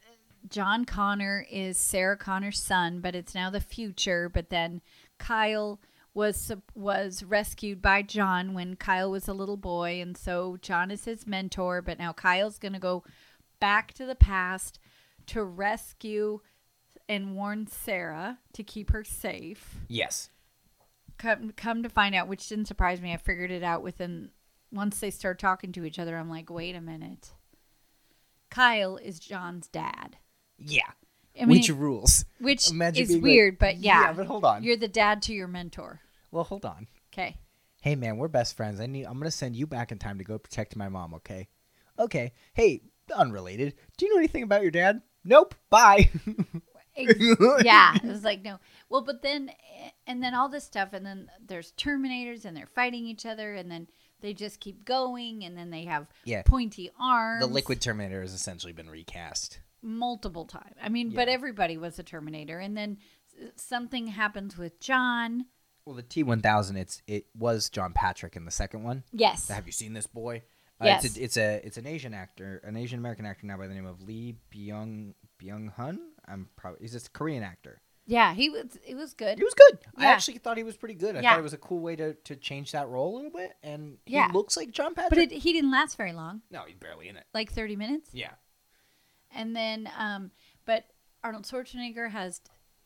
S2: John Connor is Sarah Connor's son, but it's now the future. But then Kyle was sup- was rescued by John when Kyle was a little boy, and so John is his mentor. But now Kyle's going to go back to the past to rescue and warn Sarah to keep her safe
S1: yes.
S2: come come to find out, which didn't surprise me. I figured it out within once they start talking to each other. I'm like, wait a minute, Kyle is John's dad.
S1: Yeah.
S2: I mean,
S1: Which rules. [LAUGHS]
S2: which
S1: Imagine
S2: is
S1: being like,
S2: weird, but yeah,
S1: Yeah, but hold on.
S2: you're the dad to your mentor.
S1: well, hold on. [LAUGHS]
S2: Okay,
S1: hey man we're best friends i need i'm gonna send you back in time to go protect my mom okay okay hey unrelated do you know anything about your dad nope bye
S2: [LAUGHS] yeah, it was like no. Well, but then and then all this stuff, and then there's Terminators, and they're fighting each other, and then they just keep going, and then they have
S1: Yeah.
S2: pointy arms.
S1: the liquid terminator has essentially been recast
S2: multiple times. I mean, but
S1: Yeah.
S2: everybody was a Terminator, and then s- something happens with John.
S1: well the t1000 it's it was john patrick in the second one
S2: Yes,
S1: have you seen this boy Uh,
S2: Yes.
S1: it's, a, it's a it's an asian actor an asian american actor now by the name of lee byung byung hun i'm probably he's a korean actor
S2: Yeah, he was. It was good.
S1: He was good. I
S2: Yeah.
S1: actually thought he was pretty good. I
S2: Yeah.
S1: thought it was a cool way to, to change that role a little bit, and he
S2: Yeah.
S1: looks like John Patrick.
S2: But it, he didn't last very long,
S1: no, he's barely in it.
S2: like thirty minutes.
S1: Yeah,
S2: And then, um, but Arnold Schwarzenegger has,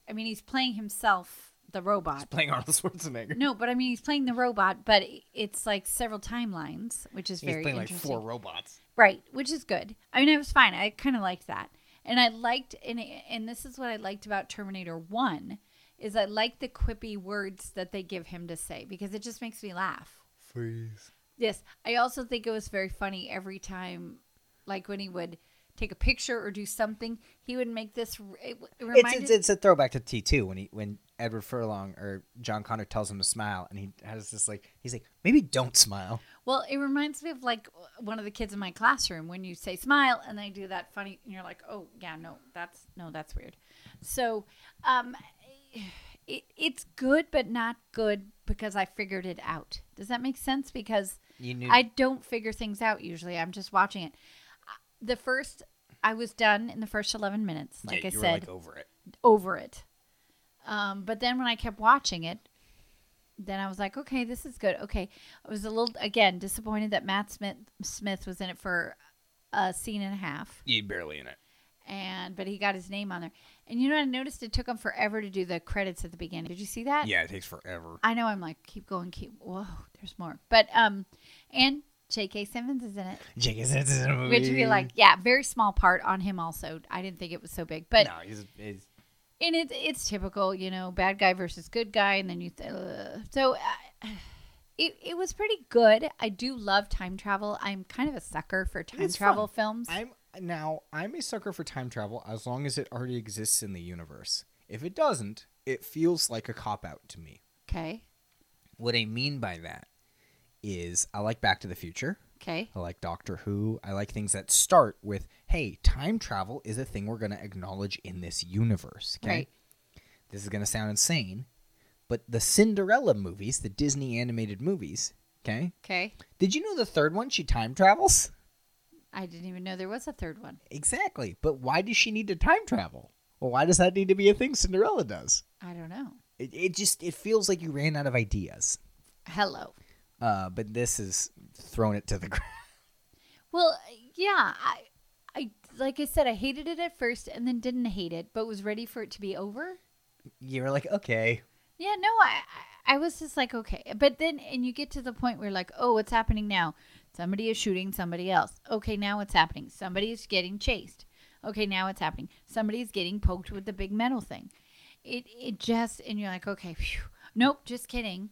S2: I mean, he's playing himself, the
S1: he's
S2: robot.
S1: playing Arnold Schwarzenegger.
S2: No, but I mean, he's playing the robot, but it's like several timelines, which is
S1: he's
S2: very
S1: playing like
S2: interesting.
S1: four robots.
S2: Right, which is good. I mean, it was fine. I kind of liked that, and I liked, and and this is what I liked about Terminator One, is I like the quippy words that they give him to say because it just makes me laugh.
S3: Freeze.
S2: Yes, I also think it was very funny every time, like when he would take a picture or do something, he would make this. It, it
S1: It's,
S2: reminded
S1: it's it's a throwback to T two when he when Edward Furlong or John Connor tells him to smile, and he has this like he's like maybe don't smile.
S2: well, it reminds me of like one of the kids in my classroom when you say smile and they do that funny, and you're like, oh yeah, no, that's no, that's weird. So, um, [SIGHS] it, it's good but not good because I figured it out. Does that make sense? Because
S1: You knew
S2: I don't figure things out usually. I'm just watching it. The first, I was done in the first 11 minutes,
S1: Yeah,
S2: like I
S1: you were,
S2: said,
S1: like over it.
S2: over it. Um, but then when I kept watching it, then I was like, okay, this is good. Okay. I was a little, again, disappointed that Matt Smith, Smith was in it for a scene and a half.
S1: You barely in it.
S2: And, but he got his name on there. And you know what I noticed? It took him forever to do the credits at the beginning. Did you see that?
S1: Yeah, it takes forever.
S2: I know I'm like, keep going, keep, whoa, there's more. But, um, and J.K. Simmons is in it.
S1: Jake is is in a movie.
S2: Which would be like, yeah, very small part on him also. I didn't think it was so big, but
S1: no, he's, he's
S2: and it's it's typical, you know, bad guy versus good guy, and then you th- uh, so uh, it it was pretty good. I do love time travel. I'm kind of a sucker for time
S1: It's
S2: travel films.
S1: I'm now I'm a sucker for time travel as long as it already exists in the universe. If it doesn't, it feels like a cop out to me.
S2: okay,
S1: What I mean by that is I like Back to the Future.
S2: okay,
S1: I like Doctor Who. I like things that start with, hey, time travel is a thing we're going to acknowledge in this universe. Okay.
S2: Right.
S1: This is going to sound insane, but the Cinderella movies, the Disney animated movies, okay?
S2: okay.
S1: Did you know the third one, she time travels?
S2: I didn't even know there was a third one.
S1: Exactly. But why does she need to time travel? Well, why does that need to be a thing Cinderella does?
S2: I don't know.
S1: It, it just it feels like you ran out of ideas.
S2: Hello.
S1: Uh, but this is thrown it to the [LAUGHS] ground.
S2: Well, yeah, I I like I said, I hated it at first, and then didn't hate it, but was ready for it to be over.
S1: You're like, okay,
S2: Yeah, no, I I I was just like, okay. But then and you get to the point where like, oh, what's happening now? Somebody is shooting somebody else. Okay, now what's happening? Somebody is getting chased. Okay, now what's happening? Somebody is getting poked with the big metal thing. It it just and you're like, okay, phew. nope,
S1: [LAUGHS]
S2: just kidding.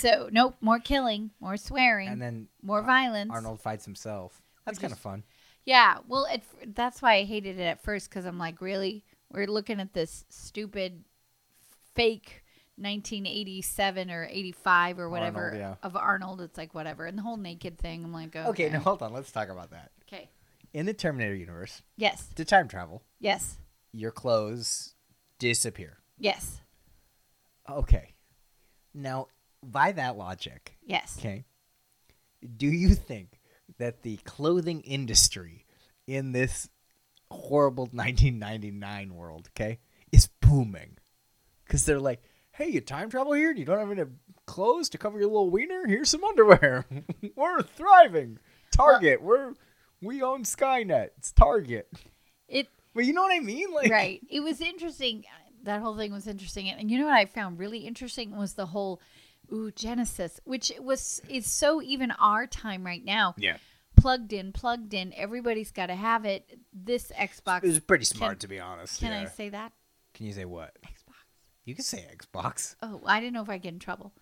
S2: so nope, more killing, more swearing,
S1: and then
S2: more violence.
S1: Arnold fights himself. That's
S2: Which
S1: kind of
S2: is-
S1: fun.
S2: Yeah, well, it, that's why I hated it at first because I'm like, really, we're looking at this stupid, fake 1987 or 85 or whatever
S1: Arnold, yeah.
S2: of Arnold. It's like whatever, and the whole naked thing. I'm like, okay,
S1: Okay, now hold on. Let's talk about that.
S2: okay,
S1: In the Terminator universe,
S2: yes,
S1: to time travel,
S2: yes,
S1: your clothes disappear.
S2: yes,
S1: Okay. Now, by that logic,
S2: yes.
S1: okay, do you think that the clothing industry in this horrible [LAUGHS] 1999 world, okay, is booming? Because they're like, hey, you time travel here and you don't have any clothes to cover your little wiener? Here's some underwear. [LAUGHS] we're thriving. Target, we're. We own Skynet. It's Target.
S2: It
S1: But you know what I mean? Like
S2: [LAUGHS] right. It was interesting. That whole thing was interesting, and you know what I found really interesting was the whole, ooh, Genesis, which was is so even our time right now.
S1: Yeah.
S2: plugged in, plugged in. Everybody's got to have it. This Xbox.
S1: It was pretty smart
S2: smart,
S1: to be honest.
S2: can I say that?
S1: Can you say what?
S2: Xbox.
S1: You can say Xbox.
S2: Oh, I didn't know if I get in trouble.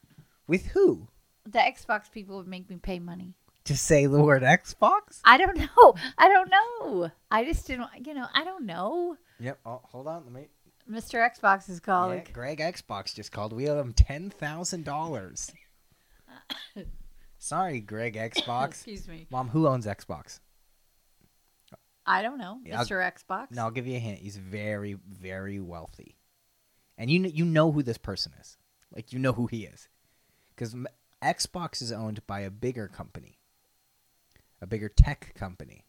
S1: With who?
S2: The Xbox people would make me pay money.
S1: To say the word Xbox?
S2: I don't [LAUGHS] know. I don't know. I just didn't. You know, I don't know.
S1: Yep. Oh, hold on. Let me.
S2: Mr. Xbox is
S1: Yeah,
S2: calling.
S1: Greg Xbox just called. We owe him ten thousand
S2: [LAUGHS]
S1: dollars. Sorry, Greg Xbox.
S2: Excuse me.
S1: Mom, who owns Xbox?
S2: I don't know,
S1: Yeah, I'll-
S2: Mr. Xbox.
S1: No, I'll give you a hint. He's very, very wealthy, and you kn- you know who this person is. Like you know who he is, because Xbox is owned by a bigger company, a bigger tech company.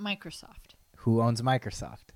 S2: Microsoft.
S1: Who owns Microsoft?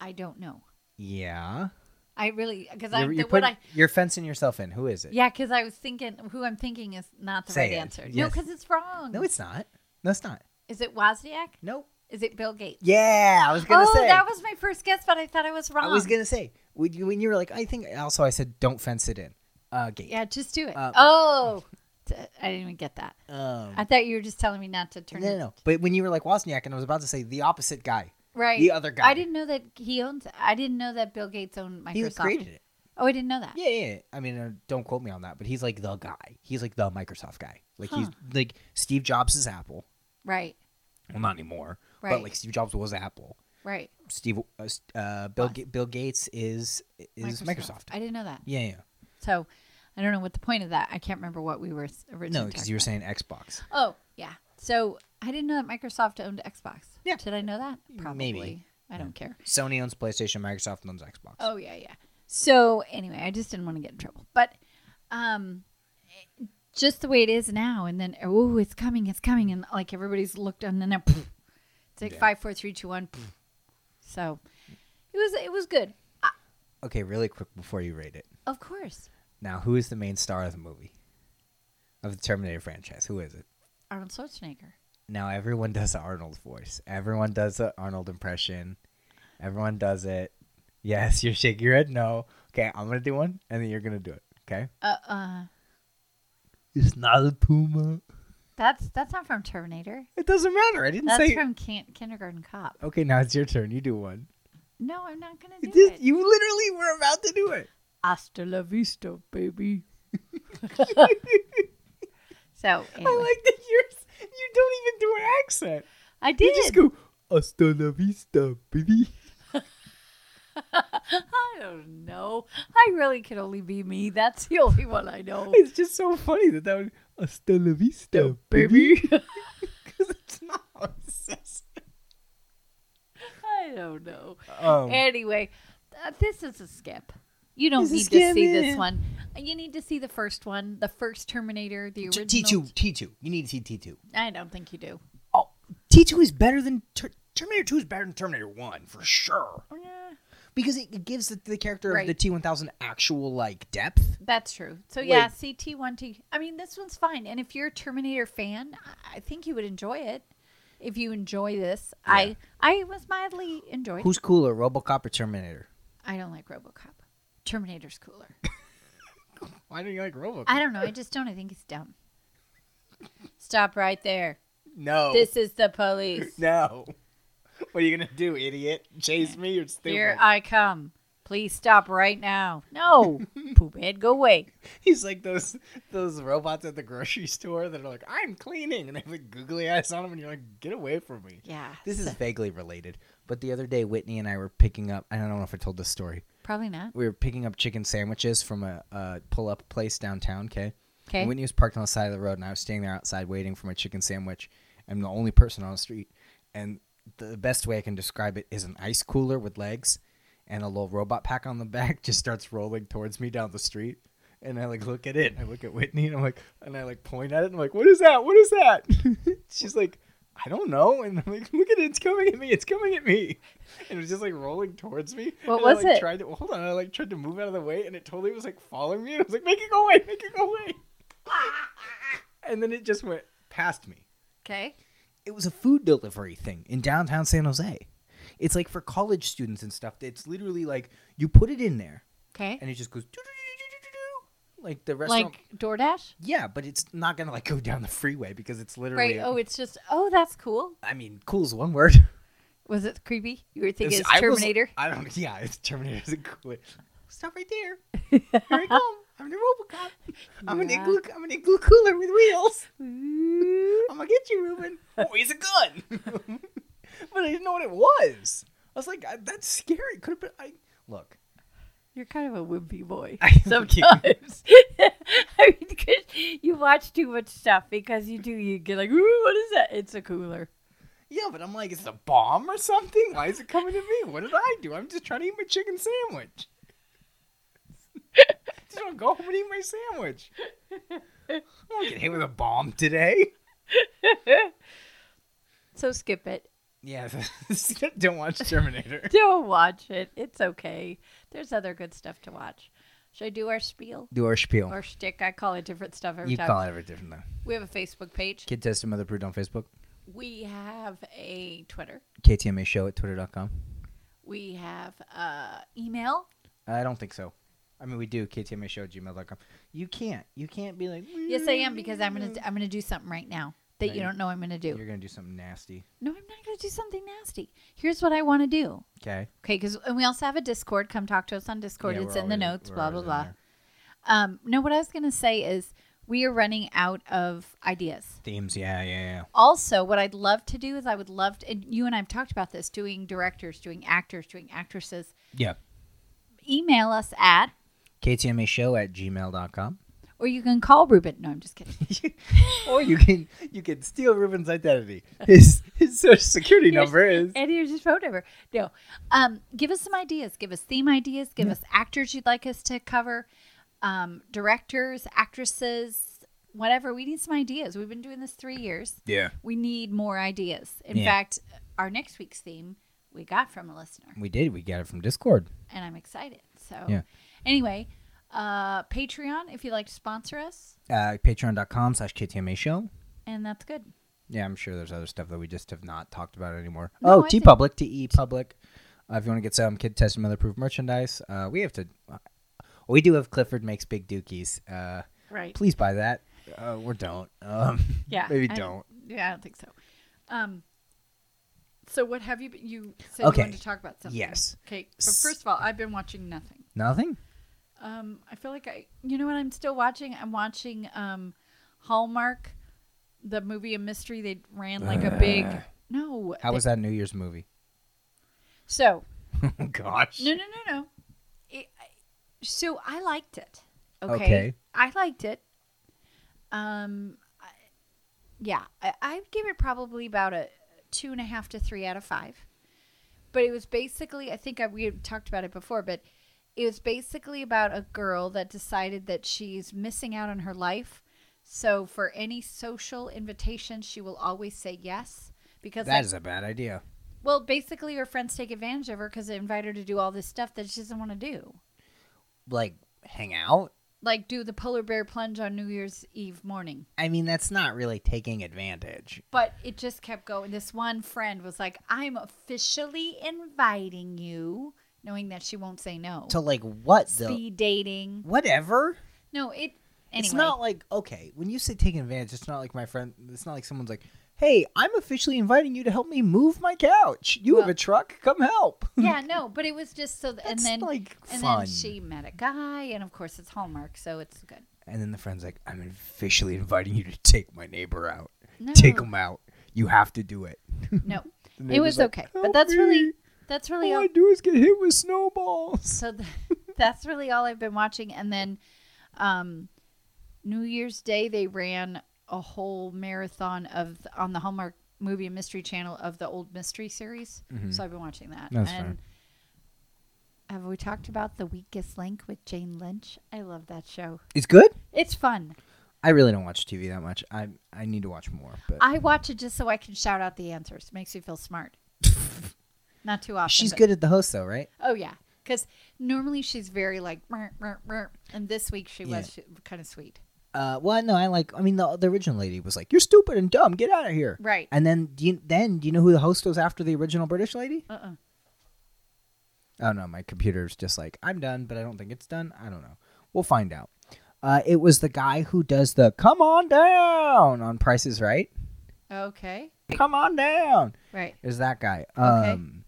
S2: I don't know.
S1: Yeah.
S2: I really because I
S1: you're,
S2: the,
S1: you're
S2: what
S1: putting-
S2: I
S1: you're fencing yourself in. Who is it?
S2: yeah because I was thinking who I'm thinking is not the
S1: Say
S2: right
S1: it.
S2: answer. No,
S1: Yes.
S2: because it's wrong.
S1: No, it's not. No, it's not.
S2: is it Wozniak?
S1: Nope.
S2: Is it Bill Gates?
S1: Yeah, I was gonna
S2: oh,
S1: say.
S2: that was my first guess, but I thought I was wrong.
S1: I was gonna say when you, when you were like, I think. Also, I said don't fence it in. Uh, gate.
S2: Yeah, just do it.
S1: Uh,
S2: oh, T- I didn't even get that.
S1: Um,
S2: I thought you were just telling me not to
S1: no,
S2: turn
S1: no,
S2: it.
S1: no. But when you were like Wozniak, and I was about to say the opposite guy,
S2: Right.
S1: the other guy.
S2: I didn't know that he owns. I didn't know that Bill Gates owned Microsoft.
S1: He created it.
S2: Oh, I didn't know that.
S1: Yeah, yeah. yeah. I mean, uh, don't quote me on that, but he's like the guy. He's like the Microsoft guy. Like he's like Steve Jobs is Apple.
S2: Right.
S1: Well, not anymore.
S2: Right.
S1: But like Steve Jobs was Apple.
S2: Right.
S1: Steve uh, s- uh, Bill
S2: Was.
S1: Ga- Bill Gates is is Microsoft.
S2: I didn't know that.
S1: Yeah, yeah.
S2: So I don't know what the point of that. I can't remember what we were s- originally.
S1: No, because
S2: talking
S1: you were
S2: about.
S1: saying Xbox.
S2: Oh yeah. So I didn't know that Microsoft owned Xbox.
S1: Yeah.
S2: Did I know that? Probably.
S1: Maybe.
S2: I don't care.
S1: Sony owns PlayStation. Microsoft owns Xbox.
S2: Oh yeah, yeah. So anyway, I just didn't want to get in trouble, but um, just the way it is now, and then oh, it's coming, it's coming, and like everybody's looked on, and then pff, it's like
S1: Yeah.
S2: five, four, three, two, one. pff. So it was it was good,
S1: Okay, really quick before you rate it.
S2: of course.
S1: Now, who is the main star of the movie of the Terminator franchise? Who is it?
S2: Arnold Schwarzenegger.
S1: Now everyone [LAUGHS] does the Arnold voice. Everyone does the Arnold impression. Everyone does it. Yes, you're shaking your head. No. Okay, I'm gonna do one, and then you're gonna do it. Okay.
S2: Uh, uh,
S3: It's not a puma.
S2: that's that's not from Terminator.
S1: It doesn't matter. I didn't
S2: That's
S1: say.
S2: from can- Kindergarten Cop.
S1: Okay, now it's your turn. You do one.
S2: No, I'm not gonna do
S1: It just-
S2: it.
S1: you literally were about to do it.
S2: Hasta la vista, baby. [LAUGHS] so
S1: I
S2: anyway.
S1: like that you're. You don't even do an accent.
S2: I did.
S3: You just go, hasta la vista,
S1: [LAUGHS]
S3: baby.
S2: I don't know. I really can only be me. That's the only one I know.
S3: It's just so funny that that would, hasta la vista, baby. [LAUGHS]
S2: Baby.
S1: Because it's not how it says.
S2: [LAUGHS] I don't know.
S1: Um,
S2: Anyway, uh, this is a skip. You don't
S1: This
S2: need
S1: is
S2: to see
S1: skip,
S2: this
S1: yeah.
S2: one. You need to see the first one, the first Terminator, the original.
S1: T two T two. You need to see T two.
S2: I don't think you do.
S1: Oh, T two is better than Ter- Terminator two is better than Terminator one for sure because it, it gives the, the character
S2: Right.
S1: of the T one thousand actual like depth.
S2: That's true. So
S1: Wait.
S2: yeah, CT one T. I mean, this one's fine. And if you're a Terminator fan, I- I think you would enjoy it. If you enjoy this, I I was mildly enjoying.
S1: Who's cooler, RoboCop or Terminator?
S2: I don't like RoboCop. Terminator's cooler.
S1: Why do you like RoboCop?
S2: I don't know. I just don't. I think it's dumb. Stop right there.
S1: no,
S2: This is the police.
S1: [LAUGHS] no. What are you gonna do, idiot? Chase me or stupid?
S2: Here I come. Please stop right now.
S1: [LAUGHS]
S2: No, poop head, go away.
S1: He's like those those robots at the grocery store that are like, "I'm cleaning," and they have like googly eyes on them, and you're like, "Get away from me."
S2: Yeah,
S1: This is vaguely related, but the other day Whitney and I were picking up. I don't know if I told this story.
S2: probably not.
S1: We were picking up chicken sandwiches from a, a pull up place downtown. Okay.
S2: Okay.
S1: And Whitney was parked on the side of the road, and I was standing there outside waiting for my chicken sandwich. I'm the only person on the street, and the best way I can describe it is an ice cooler with legs, and a little robot pack on the back [LAUGHS] just starts rolling towards me down the street. And I like look at it, and I look at Whitney, and I'm like, and I like point at it, and I'm like, what is that? What is that? She's like, I don't know. [LAUGHS] And I'm like, look at it, it's coming at me, it's coming at me. And it was just like rolling towards me.
S2: What
S1: and I,
S2: was
S1: like,
S2: it?
S1: Tried to hold on, I like tried to move out of the way, and it totally was like following me. And I was like, make it go away, make it go away [LAUGHS] and then it just went past me.
S2: Okay.
S1: It was a food delivery thing in downtown San Jose. It's like for college students and stuff. It's literally like you put it in there
S2: Okay.
S1: and it just goes doo-doo-doo-doo-doo-doo-doo. like the restaurant.
S2: Like DoorDash,
S1: yeah, but it's not gonna like go down the freeway because it's literally.
S2: right? Oh, it's just oh, that's cool.
S1: I mean, cool is one word. [LAUGHS]
S2: Was it creepy? You were thinking
S1: It's-
S2: it's
S1: I was-
S2: Terminator.
S1: I don't. [LAUGHS] Yeah, it's Terminator. Is cool? Stop right there.
S2: [LAUGHS]
S1: Here I come. I'm the RoboCop. I'm an
S2: Yeah.
S1: igloo. I'm an igloo cooler with wheels.
S2: Mm-hmm.
S1: I'm gonna get you, Ruben. Oh, he's a gun. [LAUGHS] but I didn't know what it was. I was like, I, that's scary. Could have been. I look.
S2: You're kind of a wimpy boy
S1: [LAUGHS] I am kidding.
S2: sometimes. [LAUGHS] I mean, 'cause you watch too much stuff because you do. You get like, ooh, what is that? It's a cooler. [LAUGHS]
S1: Yeah, but I'm like, it's a bomb or something. Why is it coming to me? What did I do? I'm just trying to eat my chicken sandwich. just want to go home and eat my sandwich. I don't get hit with a bomb today.
S2: [LAUGHS] So skip it.
S1: Yeah, [LAUGHS] don't
S2: [LAUGHS]
S1: watch Terminator.
S2: Don't watch it. It's okay. There's other good stuff to watch. Should I do our spiel
S1: Do our spiel.
S2: or shtick? I call it different stuff every
S1: you
S2: time.
S1: call it every different though.
S2: We have a Facebook page.
S1: Kid Test Mother Prude on Facebook.
S2: We have a Twitter.
S1: KTMA show at twitter.com.
S2: We have uh, email.
S1: I don't think so. I mean, we do KTMA show at gmail.com. You can't. You can't be like,
S2: Yes, I am because I'm gonna I'm gonna do something right now that
S1: No,
S2: you
S1: you-
S2: don't know I'm gonna do.
S1: you're going to do something nasty.
S2: No, I'm not gonna do something nasty. Here's what I want to do.
S1: Okay.
S2: Okay, because and we also have a Discord. Come talk to us on Discord.
S1: Yeah,
S2: it's
S1: we're
S2: in the
S1: always-
S2: notes.
S1: we're
S2: Blah blah
S1: always in
S2: blah.
S1: there.
S2: Um, no, what I was gonna say is we are running out of ideas.
S1: Themes. Yeah, yeah, yeah.
S2: Also, what I'd love to do is I would love to. And you and I've talked about this: doing directors, doing actors, doing actresses.
S1: Yeah.
S2: Email us at,
S1: KTMA show at [LAUGHS] gmail.com.
S2: or you can call Ruben. No, I'm just kidding.
S1: or you can you can steal Ruben's identity. His his social security
S2: Here's-
S1: number is
S2: And here's his phone number. No. Um, give us some ideas. Give us theme ideas. Give us actors you'd like us to cover, um, directors, actresses, whatever. We need some ideas. We've been doing this three years.
S1: Yeah.
S2: We need more ideas. In
S1: Yeah.
S2: fact, our next week's theme we got from a listener,
S1: We did. We got it from Discord.
S2: and I'm excited. So,
S1: Yeah.
S2: anyway, uh, Patreon, if you'd like to sponsor us,
S1: Uh, Patreon.com slash KTMA show.
S2: and that's good.
S1: Yeah, I'm sure there's other stuff that we just have not talked about anymore.
S2: No,
S1: oh,
S2: I
S1: T
S2: think-
S1: Public, T E Public. Uh, if you want to get some kid test and mother proof merchandise, uh, we have to. Uh, we do have Clifford makes big dookies. Uh,
S2: Right.
S1: please buy that. Uh, or don't. Um, [LAUGHS]
S2: Yeah.
S1: maybe
S2: I
S1: don't.
S2: Yeah, I don't think so. Um, so what have you? Been, you said you
S1: Okay.
S2: wanted to talk about something.
S1: Yes.
S2: Okay. But
S1: S-
S2: first of all, I've been watching nothing.
S1: Nothing.
S2: Um, I feel like I. You know what? I'm still watching. I'm watching um, Hallmark, the movie A Mystery. They ran like a big. No.
S1: Uh, How
S2: they-
S1: was that New Year's
S2: [LAUGHS]
S1: movie?
S2: So
S1: oh gosh.
S2: no no no no. It, I, so I liked it. Okay.
S1: Okay.
S2: I liked it. Um. I, yeah, I, I'd give it probably about a two and a half to three out of five. But it was basically, I think I, we had talked about it before, but it was basically about a girl that decided that she's missing out on her life. So for any social invitation, she will always say yes because
S1: That is a bad idea.
S2: well, basically, her friends take advantage of her because they invite her to do all this stuff that she doesn't want to do,
S1: Like hang out.
S2: like do the polar bear plunge on New Year's Eve morning.
S1: I mean, that's not really taking advantage.
S2: But it just kept going. This one friend was like, "I'm officially inviting you," knowing that she won't say no.
S1: To like what the
S2: Speed dating.
S1: whatever.
S2: No, it. Anyway,
S1: It's not like okay, when you say taking advantage, it's not like my friend. It's not like someone's like, "Hey, I'm officially inviting you to help me move my couch. You have
S2: Well-
S1: a truck, come help." [LAUGHS]
S2: yeah, no, but it was just so. th- and
S1: That's
S2: then,
S1: like
S2: and
S1: fun.
S2: then she met a guy, and of course, it's Hallmark, so it's good.
S1: And then the friend's like, "I'm officially inviting you to take my neighbor out.
S2: No.
S1: Take him out. You have to do it." [LAUGHS]
S2: No,
S1: The
S2: it
S1: neighbor's
S2: was
S1: like, "Oh,
S2: okay, but
S1: "Help
S2: that's really
S1: me.
S2: that's really
S1: All
S2: all
S1: I do is get hit with snowballs.
S2: so th- [LAUGHS] that's really all I've been watching. And then um, New Year's Day, they ran a whole marathon of on the Hallmark Movie and Mystery Channel of the old mystery series. So I've been watching that.
S1: Mm-hmm. That's
S2: and have we talked about The Weakest Link with Jane Lynch? I love that show.
S1: It's good.
S2: It's fun.
S1: I really don't watch TV that much. I I need to watch more. But
S2: I watch it just so I can shout out the answers. Makes me
S1: [LAUGHS]
S2: feel smart. Not too often.
S1: she's
S2: but-
S1: good at the host though, right?
S2: Oh yeah, because normally she's very like, "Mer, mer, mer," and this week she
S1: Yeah.
S2: was kind of sweet.
S1: Uh, well, no, I like. I mean, the, the original lady was like, "You're stupid and dumb. Get out of here."
S2: Right.
S1: And then, do you, then do you know who the host was after the original British lady?
S2: Uh uh
S1: Oh no, my computer's just like, I'm done, but I don't think it's done. I don't know. We'll find out. Uh, it was the guy who does the "Come on down" on Prices Right.
S2: Okay.
S1: Come on down.
S2: Right.
S1: It was that guy.
S2: Okay.
S1: Um,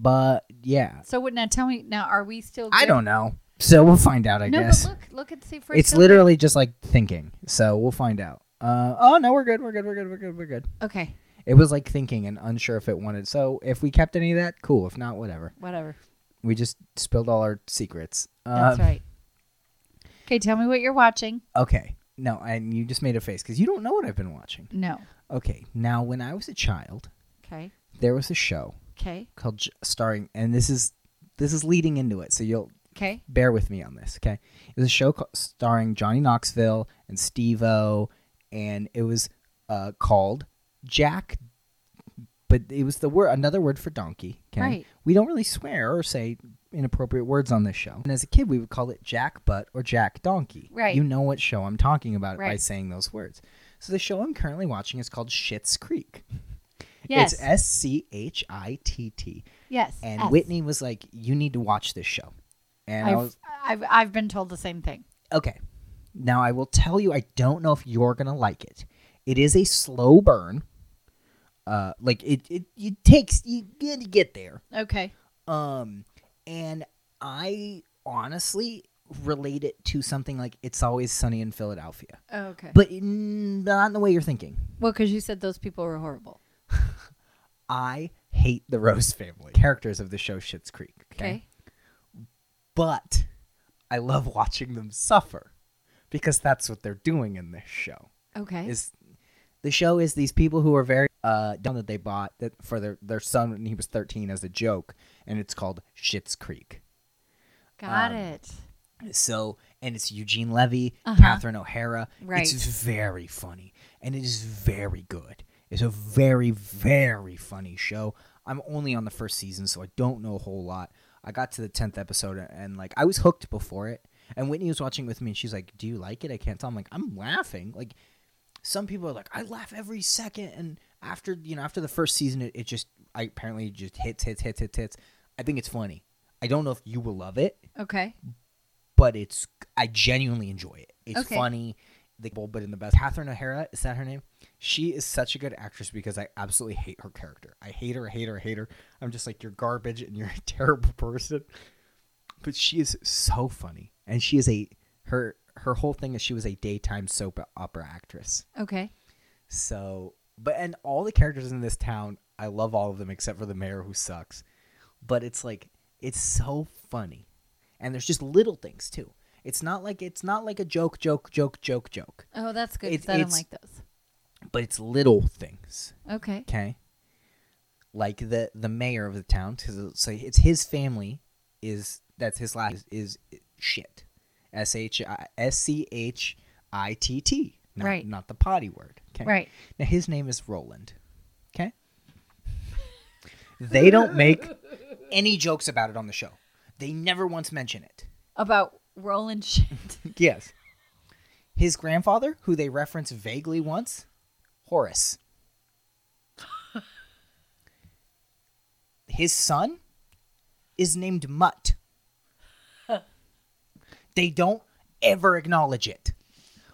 S1: But yeah,
S2: So what now? Tell me now. Are we still?
S1: I
S2: good?
S1: don't know. So we'll find out. I
S2: no,
S1: guess
S2: but look, look and see first.
S1: it's literally just like thinking. So we'll find out. Uh, oh no, we're good. We're good. We're good. We're good. We're good.
S2: okay.
S1: It was like thinking and unsure if it wanted. So if we kept any of that, cool. If not, whatever.
S2: Whatever.
S1: We just spilled all our secrets.
S2: That's
S1: Um,
S2: right. Okay, tell me what you're watching.
S1: Okay. No, and you just made a face because you don't know what I've been watching.
S2: No.
S1: Okay. Now, when I was a child,
S2: Okay.
S1: there was a show
S2: Okay.
S1: called J- starring, and this is this is leading into it, so you'll
S2: Okay.
S1: bear with me on this. Okay. It was a show ca- starring Johnny Knoxville and Steve O, and it was uh, called Jack but it was the word another word for donkey. Okay?
S2: Right.
S1: We don't really swear or say inappropriate words on this show. And as a kid, we would call it jack butt or jack donkey.
S2: Right.
S1: You know what show I'm talking about by
S2: Right.
S1: saying those words. So the show I'm currently watching is called Shit's Creek.
S2: Yes.
S1: It's S C H I T T.
S2: yes.
S1: And
S2: yes.
S1: Whitney was like, "You need to watch this show." And I
S2: I've,
S1: was
S2: I've I've been told the same thing.
S1: Okay. Now I will tell you I don't know if you're going to like it. It is a slow burn. Uh like it it, it takes you get to get there.
S2: Okay.
S1: Um and I honestly relate it to something like it's always sunny in Philadelphia.
S2: Oh, Okay.
S1: But in, not in the way you're thinking.
S2: well, because you said those people were horrible.
S1: I hate the Rose family. Characters of the show Shits Creek,
S2: Okay.
S1: okay? But I love watching them suffer because that's what they're doing in this show.
S2: Okay.
S1: is the show is these people who are very uh dumb that they bought that for their their son when he was 13 as a joke and it's called Shits Creek.
S2: Got
S1: um,
S2: it.
S1: So and it's Eugene Levy,
S2: Uh-huh.
S1: Catherine O'Hara.
S2: Right.
S1: It's very funny and it is very good. It's a very very funny show. I'm only on the first season so I don't know a whole lot. I got to the 10th episode and like I was hooked before it. And Whitney was watching with me and she's like, "Do you like it?" I can't tell. I'm like, "I'm laughing." Like some people are like, I laugh every second. And after you know, after the first season, it, it just I apparently just hits, hits, hits, hits, hits. I think it's funny. I don't know if you will love it,
S2: Okay.
S1: but it's I genuinely enjoy it. It's
S2: Okay.
S1: funny. The but in the best. Catherine O'Hara is that her name? She is such a good actress because I absolutely hate her character. I hate her, hate her, hate her. I'm just like you're garbage and you're [LAUGHS] a terrible person. But she is so funny, and she is a her her whole thing is she was a daytime soap opera actress.
S2: Okay.
S1: So, but and all the characters in this town, I love all of them except for the mayor who sucks. But it's like it's so funny, and there's just little things too. It's not like it's not like a joke, joke, joke, joke, joke.
S2: Oh, that's good. 'cause
S1: It's-
S2: I don't
S1: it's-
S2: like those.
S1: But it's little things,
S2: Okay.
S1: okay? Like the the mayor of the town, because so it's his family is that's his last is, is shit, s h i s c h i t t, not-
S2: Right.
S1: Not the potty word, okay?
S2: Right.
S1: Now his name is Roland. Okay? They don't
S2: [LAUGHS]
S1: make any jokes about it on the show. They never once mention it.
S2: About Roland shit.
S1: Yes. His grandfather, who they reference vaguely once, Horace.
S2: [LAUGHS]
S1: His son is named
S2: [LAUGHS]
S1: Mutt. They don't ever acknowledge it.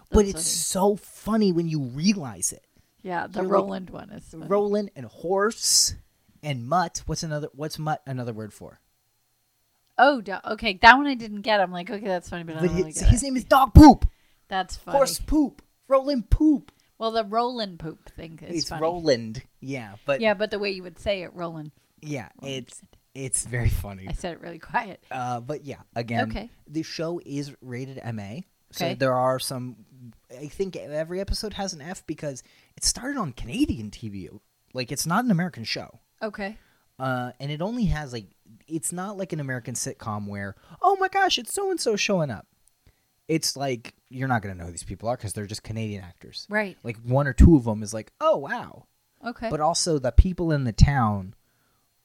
S1: But
S2: That's
S1: it's so funny when you realize it.
S2: [LAUGHS] yeah, the
S1: You're like-
S2: Roland one is. funny.
S1: Roland and horse and mutt. What's another? What's mutt? Another word for?
S2: oh, da- okay. That one I didn't get. I'm like, okay, that's funny, but, I
S1: But
S2: don't really
S1: his,
S2: get
S1: his
S2: it.
S1: name is dog poop.
S2: That's funny.
S1: Horse poop. Roland poop.
S2: Well, the Roland poop thing is
S1: It's
S2: funny.
S1: Roland. Yeah, but yeah,
S2: Yeah, but the way you would say it, Roland.
S1: it's it's very funny.
S2: I said it really quiet.
S1: Uh, but yeah, again,
S2: Okay.
S1: the show is rated MA. So
S2: Okay.
S1: there are some. I think every episode has an F because it started on Canadian TV. Like it's not an American show.
S2: Okay.
S1: uh, and it only has like it's not like an American sitcom where oh my gosh it's so and so showing up. It's like you're not gonna know who these people are because they're just Canadian actors.
S2: Right.
S1: Like one or two of them is like oh wow,
S2: Okay.
S1: but also the people in the town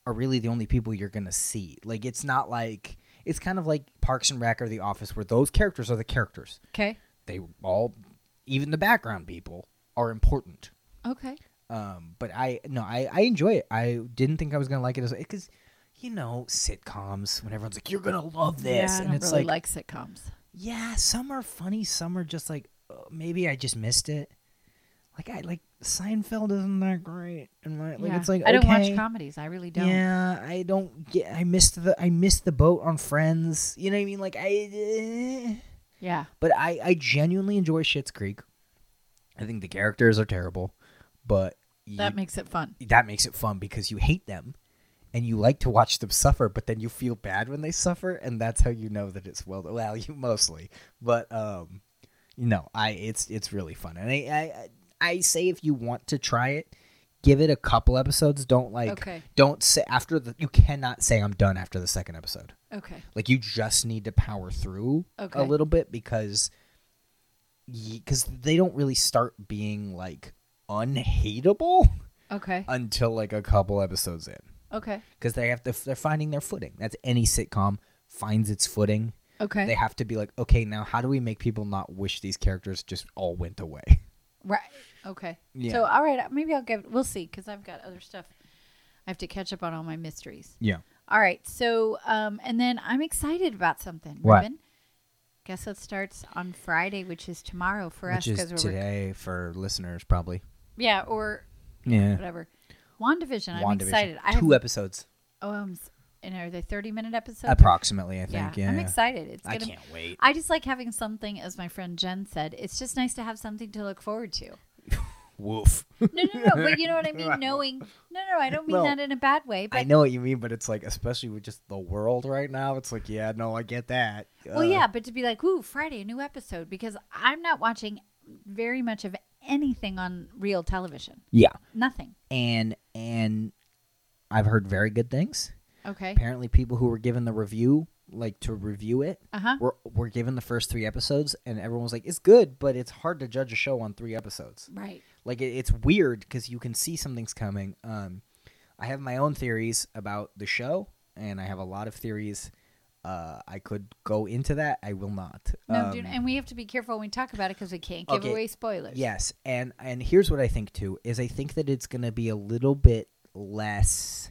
S1: are really the only people you're gonna see. Like it's not like it's kind of like Parks and Rec or The Office where those characters are the characters.
S2: okay.
S1: They all even the background people are important
S2: Okay.
S1: um but i no i i enjoy it i didn't think i was gonna like it as because you know sitcoms when everyone's like you're gonna love this
S2: yeah, I
S1: and
S2: don't
S1: it's
S2: really
S1: like,
S2: like, sitcoms.
S1: yeah some are funny some are just like uh, maybe i just missed it like i like seinfeld isn't that great and like, like,
S2: yeah.
S1: it's like
S2: I don't
S1: okay,
S2: watch comedies. I really don't.
S1: yeah i don't get i missed the i missed the boat on friends you know what i mean like i eh.
S2: Yeah.
S1: But I, I genuinely enjoy Shit's Creek. I think the characters are terrible, but you,
S2: That makes it fun.
S1: that makes it fun because you hate them and you like to watch them suffer, but then you feel bad when they suffer, and that's how you know that it's well. Well, [LAUGHS] you mostly, but um, you know, I it's it's really fun, and I I, I say if you want to try it, give it a couple episodes. Don't like
S2: Okay.
S1: don't say after the you cannot say I'm done after the second episode.
S2: Okay.
S1: Like you just need to power through
S2: Okay.
S1: a little bit because because they don't really start being like unhateable [LAUGHS]
S2: Okay.
S1: until like a couple episodes in
S2: Okay.
S1: because they have to they're finding their footing. That's any sitcom finds its footing.
S2: Okay.
S1: They have to be like, okay, now how do we make people not wish these characters just all went away?
S2: Right. Okay.
S1: Yeah.
S2: So all right, maybe I'll give. We'll see, because I've got other stuff. I have to catch up on all my mysteries.
S1: Yeah.
S2: All right. So, um, and then I'm excited about something.
S1: What?
S2: Ruben. Guess what starts on Friday, which is tomorrow for us
S1: Which is
S2: we're
S1: today for listeners probably.
S2: yeah or
S1: Yeah.
S2: whatever. Wandavision. I'm
S1: WandaVision.
S2: excited. I have,
S1: Two episodes
S2: oh, I'm, s- and are they 30 minute episodes?
S1: approximately, I think. Yeah.
S2: I'm excited. It's
S1: I
S2: gonna.
S1: can't wait.
S2: I just like having something, as my friend Jen said. It's just nice to have something to look forward to.
S1: Woof.
S2: No, no, no. But you know
S1: [LAUGHS]
S2: what I mean. Knowing. No, no. I don't mean
S1: No.
S2: that in a bad way. But
S1: I know what you mean, but it's like, especially with just the world right now, it's like, yeah, no, I get that. Uh,
S2: Well, yeah, but to be like, ooh, Friday, a new episode, because I'm not watching very much of anything on real television.
S1: Yeah.
S2: Nothing.
S1: And and I've heard very good things.
S2: Okay.
S1: Apparently, people who were given the review, like to review it,
S2: Uh huh.
S1: were were given the first three episodes, and everyone was like, "It's good, but it's hard to judge a show on three episodes.
S2: Right.
S1: Like, it, it's weird because you can see something's coming." Um, I have my own theories about the show, and I have a lot of theories. Uh, I could go into that. I will not.
S2: No,
S1: Um,
S2: dude, and we have to be careful when we talk about it because we can't give
S1: okay.
S2: away spoilers.
S1: Yes, and and here's what I think too is I think that it's going to be a little bit less.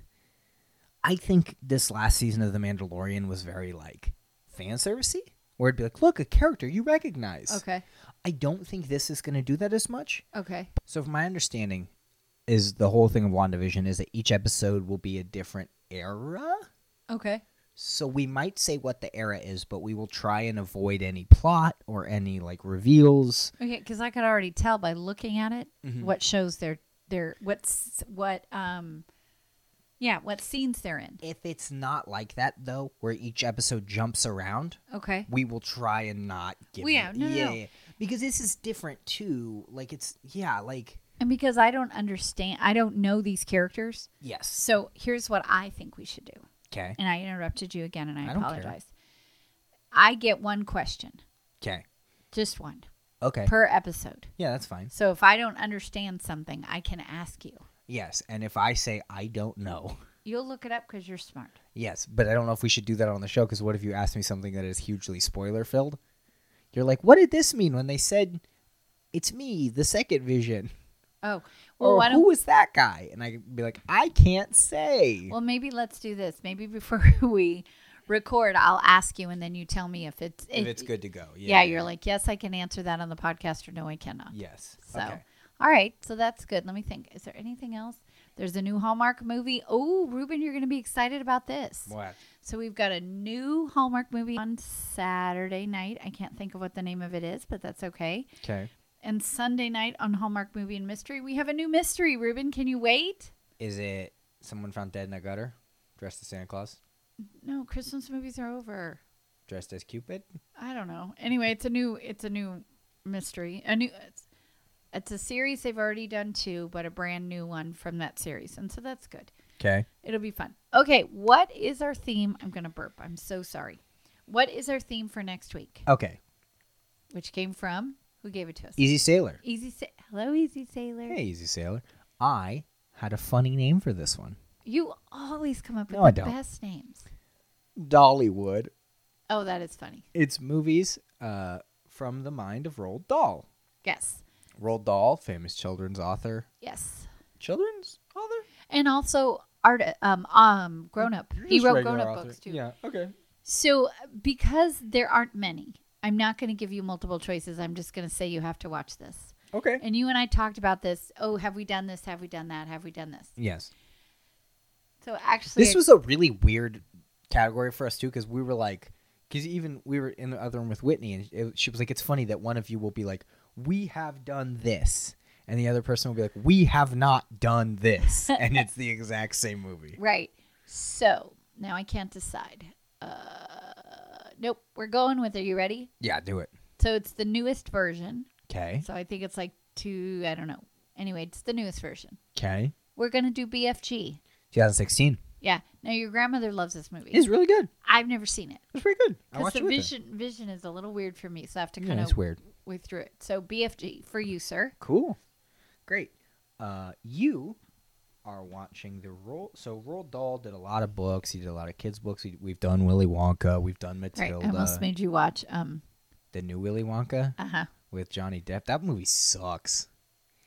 S1: I think this last season of The Mandalorian was very like fan servicey, where it'd be like, look, a character you recognize.
S2: Okay.
S1: I don't think this is going to do that as much.
S2: Okay.
S1: So, from my understanding, is the whole thing of WandaVision is that each episode will be a different era.
S2: Okay.
S1: So we might say what the era is, but we will try and avoid any plot or any like reveals.
S2: Okay. Because I could already tell by looking at it
S1: Mm-hmm.
S2: what shows they're they're what's what um yeah what scenes they're in.
S1: If it's not like that though, where each episode jumps around,
S2: Okay.
S1: we will try and not give.
S2: Well, yeah,
S1: you-
S2: no, no, no.
S1: because this is different too. Like it's yeah, like
S2: And because I don't understand, I don't know these characters.
S1: yes,
S2: So here's what I think we should do.
S1: okay,
S2: and I interrupted you again, and I,
S1: I don't care.
S2: apologize. I get one question,
S1: okay,
S2: just one
S1: okay,
S2: per episode.
S1: yeah, that's fine.
S2: So if I don't understand something, I can ask you.
S1: Yes, and if I say I don't know, [LAUGHS]
S2: You'll look it up because you're smart.
S1: yes, but I don't know if we should do that on the show because what if you ask me something that is hugely spoiler filled? You're like, what did this mean when they said it's me, the second vision,
S2: Oh, well,
S1: or
S2: why
S1: who
S2: don't?
S1: was that guy? And I'd be like, I can't say.
S2: Well, maybe let's do this. Maybe before [LAUGHS] we record, I'll ask you, and then you tell me if it's
S1: if it's good to go,
S2: Yeah, you're like, yes, I can answer that on the podcast, or no, I cannot.
S1: Yes.
S2: So,
S1: Okay.
S2: all right. So that's good. Let me think. Is there anything else? There's a new Hallmark movie. Oh, Ruben, you're going to be excited about this.
S1: What?
S2: So we've got a new Hallmark movie on Saturday night. I can't think of what the name of it is, but that's okay.
S1: Okay.
S2: And Sunday night on Hallmark Movie and Mystery, we have a new mystery, Ruben. Can you wait?
S1: Is it someone found dead in a gutter, dressed as Santa Claus,
S2: No, Christmas movies are over.
S1: dressed as Cupid?
S2: I don't know. Anyway, it's a new it's a new mystery. A new it's, it's a series they've already done two, but a brand new one from that series. And so that's good.
S1: Okay.
S2: It'll be fun. Okay, what is our theme? I'm going to burp. I'm so sorry. What is our theme for next week?
S1: Okay.
S2: Which came from who gave it to us?
S1: Easy Sailor.
S2: Easy Sa- Hello, Easy Sailor.
S1: Hey, Easy Sailor. I had a funny name for this one.
S2: You always come up with
S1: No, I
S2: the
S1: don't.
S2: best names.
S1: Dollywood.
S2: Oh, that is funny.
S1: It's movies uh, from the mind of Roald Dahl.
S2: Yes.
S1: Roald Dahl, famous children's author.
S2: Yes.
S1: Children's author?
S2: And also art um um grown up. He
S1: Just
S2: wrote
S1: regular
S2: grown up
S1: author.
S2: books too.
S1: Yeah. Okay.
S2: So because there aren't many, I'm not going to give you multiple choices. I'm just going to say you have to watch this.
S1: Okay.
S2: And you and I talked about this. Oh, have we done this? Have we done that? Have we done this?
S1: Yes.
S2: So actually
S1: This was a really weird category for us too, because we were like, because even we were in the other room with Whitney, and it, she was like, "It's funny that one of you will be like, we have done this," and the other person will be like, "We have not done this,"
S2: [LAUGHS]
S1: and it's the exact same movie.
S2: Right. So now I can't decide. Uh, nope. We're going with. Are you ready?
S1: Yeah, do it.
S2: So it's the newest version.
S1: Okay.
S2: So I think it's like two. I don't know. Anyway, it's the newest version.
S1: Okay.
S2: We're gonna do BFG.
S1: 2016.
S2: Yeah. Now your grandmother loves this movie.
S1: It's really good.
S2: I've never seen it
S1: It's pretty good. I
S2: because
S1: watched
S2: the
S1: it with her.
S2: vision vision is a little weird for me, so I have to
S1: Yeah,
S2: kind
S1: it's
S2: of
S1: weird.
S2: withdraw it. So BFG for you, sir.
S1: Cool. Great. Uh, you are watching the Roll. So Roald Dahl did a lot of books. He did a lot of kids' books. We, we've done Willy Wonka. We've done
S2: Right.
S1: Matilda.
S2: I almost made you watch. Um.
S1: the new Willy Wonka
S2: Uh huh.
S1: with Johnny Depp. That movie sucks.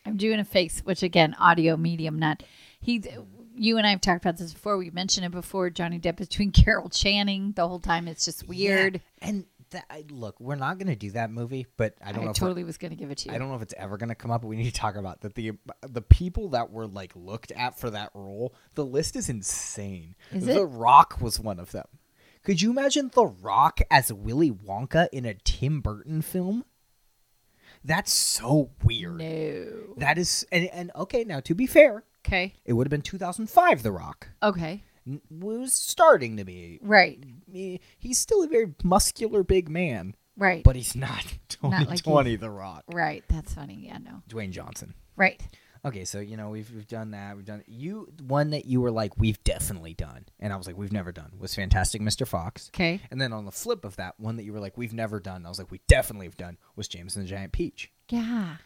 S2: I'm doing a face, which again, audio medium, not he. You and I have talked about this before. We mentioned it before. Johnny Depp is between [LAUGHS] Carol Channing the whole time. It's just weird.
S1: Yeah, And that, I- look, we're not gonna do that movie, but I
S2: I,
S1: don't know. If we're-
S2: totally was going to give it to you.
S1: I don't know if it's ever gonna come up. But we need to talk about that. The the people that were like looked at for that role, the list is insane.
S2: Is
S1: the
S2: it?
S1: Rock was one of them. Could you imagine The Rock as Willy Wonka in a Tim Burton film? That's so weird.
S2: No.
S1: That is, and, and okay, now to be fair,
S2: Okay.
S1: it would have been 2005. The Rock
S2: Okay.
S1: N- was starting to be.
S2: Right.
S1: he- He's still a very muscular big man,
S2: Right.
S1: but he's not
S2: Not like
S1: 2020 The Rock.
S2: right. That's funny. Yeah. No.
S1: Dwayne Johnson.
S2: Right.
S1: Okay, so you know we've we've done that. We've done you one that you were like we've definitely done, and I was like we've never done was Fantastic Mr. Fox.
S2: Okay.
S1: And then on the flip of that, one that you were like we've never done, I was like we definitely have done was James and the Giant Peach.
S2: Yeah.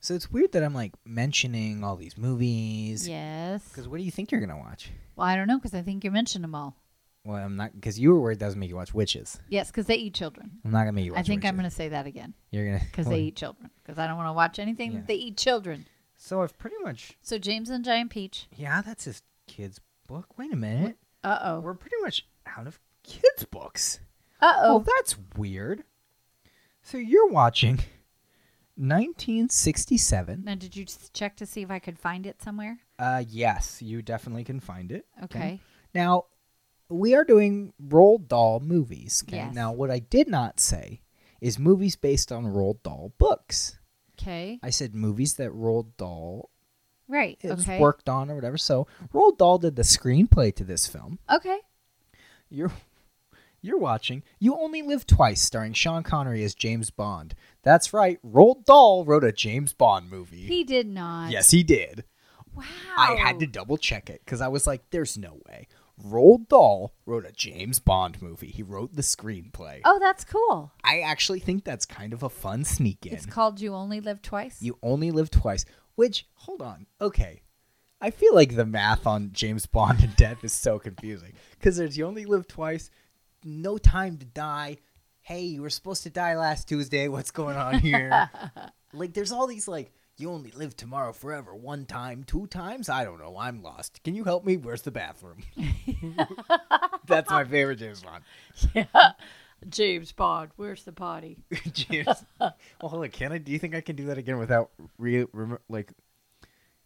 S1: So it's weird that I'm like mentioning all these movies.
S2: Yes.
S1: Because what do you think you're gonna watch?
S2: Well, I don't know because I think you mentioned them all.
S1: Well, I'm not because you were worried that was gonna make you watch witches.
S2: Yes, because they eat children.
S1: I'm not gonna make you watch.
S2: I think I'm going
S1: Witches.
S2: to say that again
S1: You're gonna [LAUGHS]
S2: because they eat children because I don't want to watch anything
S1: Yeah.
S2: that they eat children.
S1: So I've pretty much
S2: So James and Giant Peach.
S1: yeah, that's his kids book. Wait a minute,
S2: Uh oh.
S1: we're pretty much out of kids books.
S2: Uh oh.
S1: Well, that's weird. So you're watching 1967.
S2: Now, did you s- check to see if I could find it somewhere?
S1: Uh, yes, you definitely can find it.
S2: Okay.
S1: Now, we are doing Roald Dahl movies. Okay.
S2: Yes.
S1: Now, what I did not say is movies based on Roald Dahl books.
S2: Okay.
S1: I said movies that Roald Dahl
S2: Right.
S1: has
S2: okay.
S1: worked on or whatever. So Roald Dahl did the screenplay to this film.
S2: Okay.
S1: You're you're watching You Only Live Twice starring Sean Connery as James Bond. That's right, Roald Dahl wrote a James Bond movie.
S2: He did not.
S1: yes, he did.
S2: Wow.
S1: I had to double check it cuz I was like there's no way. Roald Dahl wrote a James Bond movie. He wrote the screenplay.
S2: Oh, that's cool.
S1: I actually think that's kind of a fun sneak in.
S2: It's called You Only Live Twice.
S1: you only live twice, which hold on. Okay. I feel like the math on James Bond and death is so confusing cuz there's you only live twice, no time to die. Hey, you were supposed to die last Tuesday. What's going on here? like there's all these like you only live tomorrow forever one time, two times. I don't know. I'm lost. Can you help me? Where's the bathroom? [LAUGHS] That's my favorite James Bond.
S2: James Bond, where's the potty? [LAUGHS]
S1: [LAUGHS] James. well, hold on. oh, Can I? Do you think I can do that again without re rem- like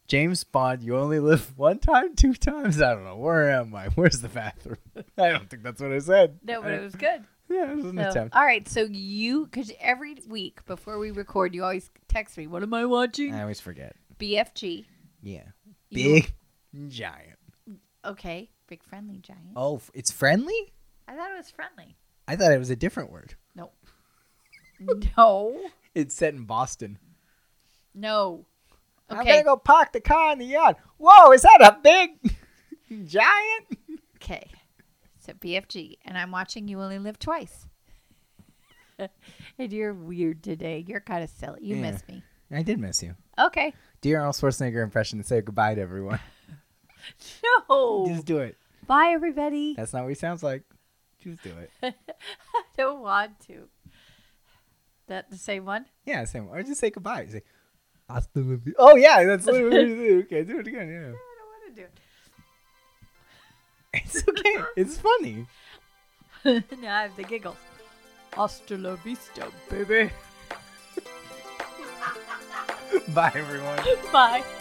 S1: James Bond? You only live one time, two times. I don't know. Where am I? Where's the bathroom? [LAUGHS] I don't think that's what I said.
S2: No, but it was good.
S1: Yeah, it was an
S2: So-
S1: attempt.
S2: all right, so you, because every week before we record, you always text me, What am I watching?
S1: I always forget.
S2: BFG.
S1: Yeah,
S2: You-
S1: Uh, big giant.
S2: okay. Big friendly giant.
S1: Oh, f- it's friendly.
S2: I thought it
S1: [LAUGHS]
S2: was friendly.
S1: I thought it was a different word.
S2: No. no.
S1: It's set in Boston.
S2: No.
S1: I'm
S2: Okay.
S1: gonna go park the car in the yard. Whoa, is that a big [LAUGHS] giant?
S2: Okay. So BFG, and I'm watching You Only Live Twice. [LAUGHS] and you're weird today. You're kind of silly. You
S1: Yeah.
S2: miss me.
S1: I did miss you.
S2: Okay.
S1: Do your Arnold Schwarzenegger impression and say goodbye to everyone.
S2: No.
S1: Just do it.
S2: Bye, everybody.
S1: That's not what he sounds like. Just do it.
S2: I don't want to. That the same one?
S1: Yeah, same. Or just say goodbye. Say, "Hasta la vi-" Oh yeah, that's literally what you do. Okay, do it again.
S2: I don't want to do it.
S1: Yeah, [LAUGHS] it's okay. It's funny. [LAUGHS]
S2: [LAUGHS] now I have the giggles. Hasta la vista, baby. [LAUGHS]
S1: Bye everyone.
S2: Bye.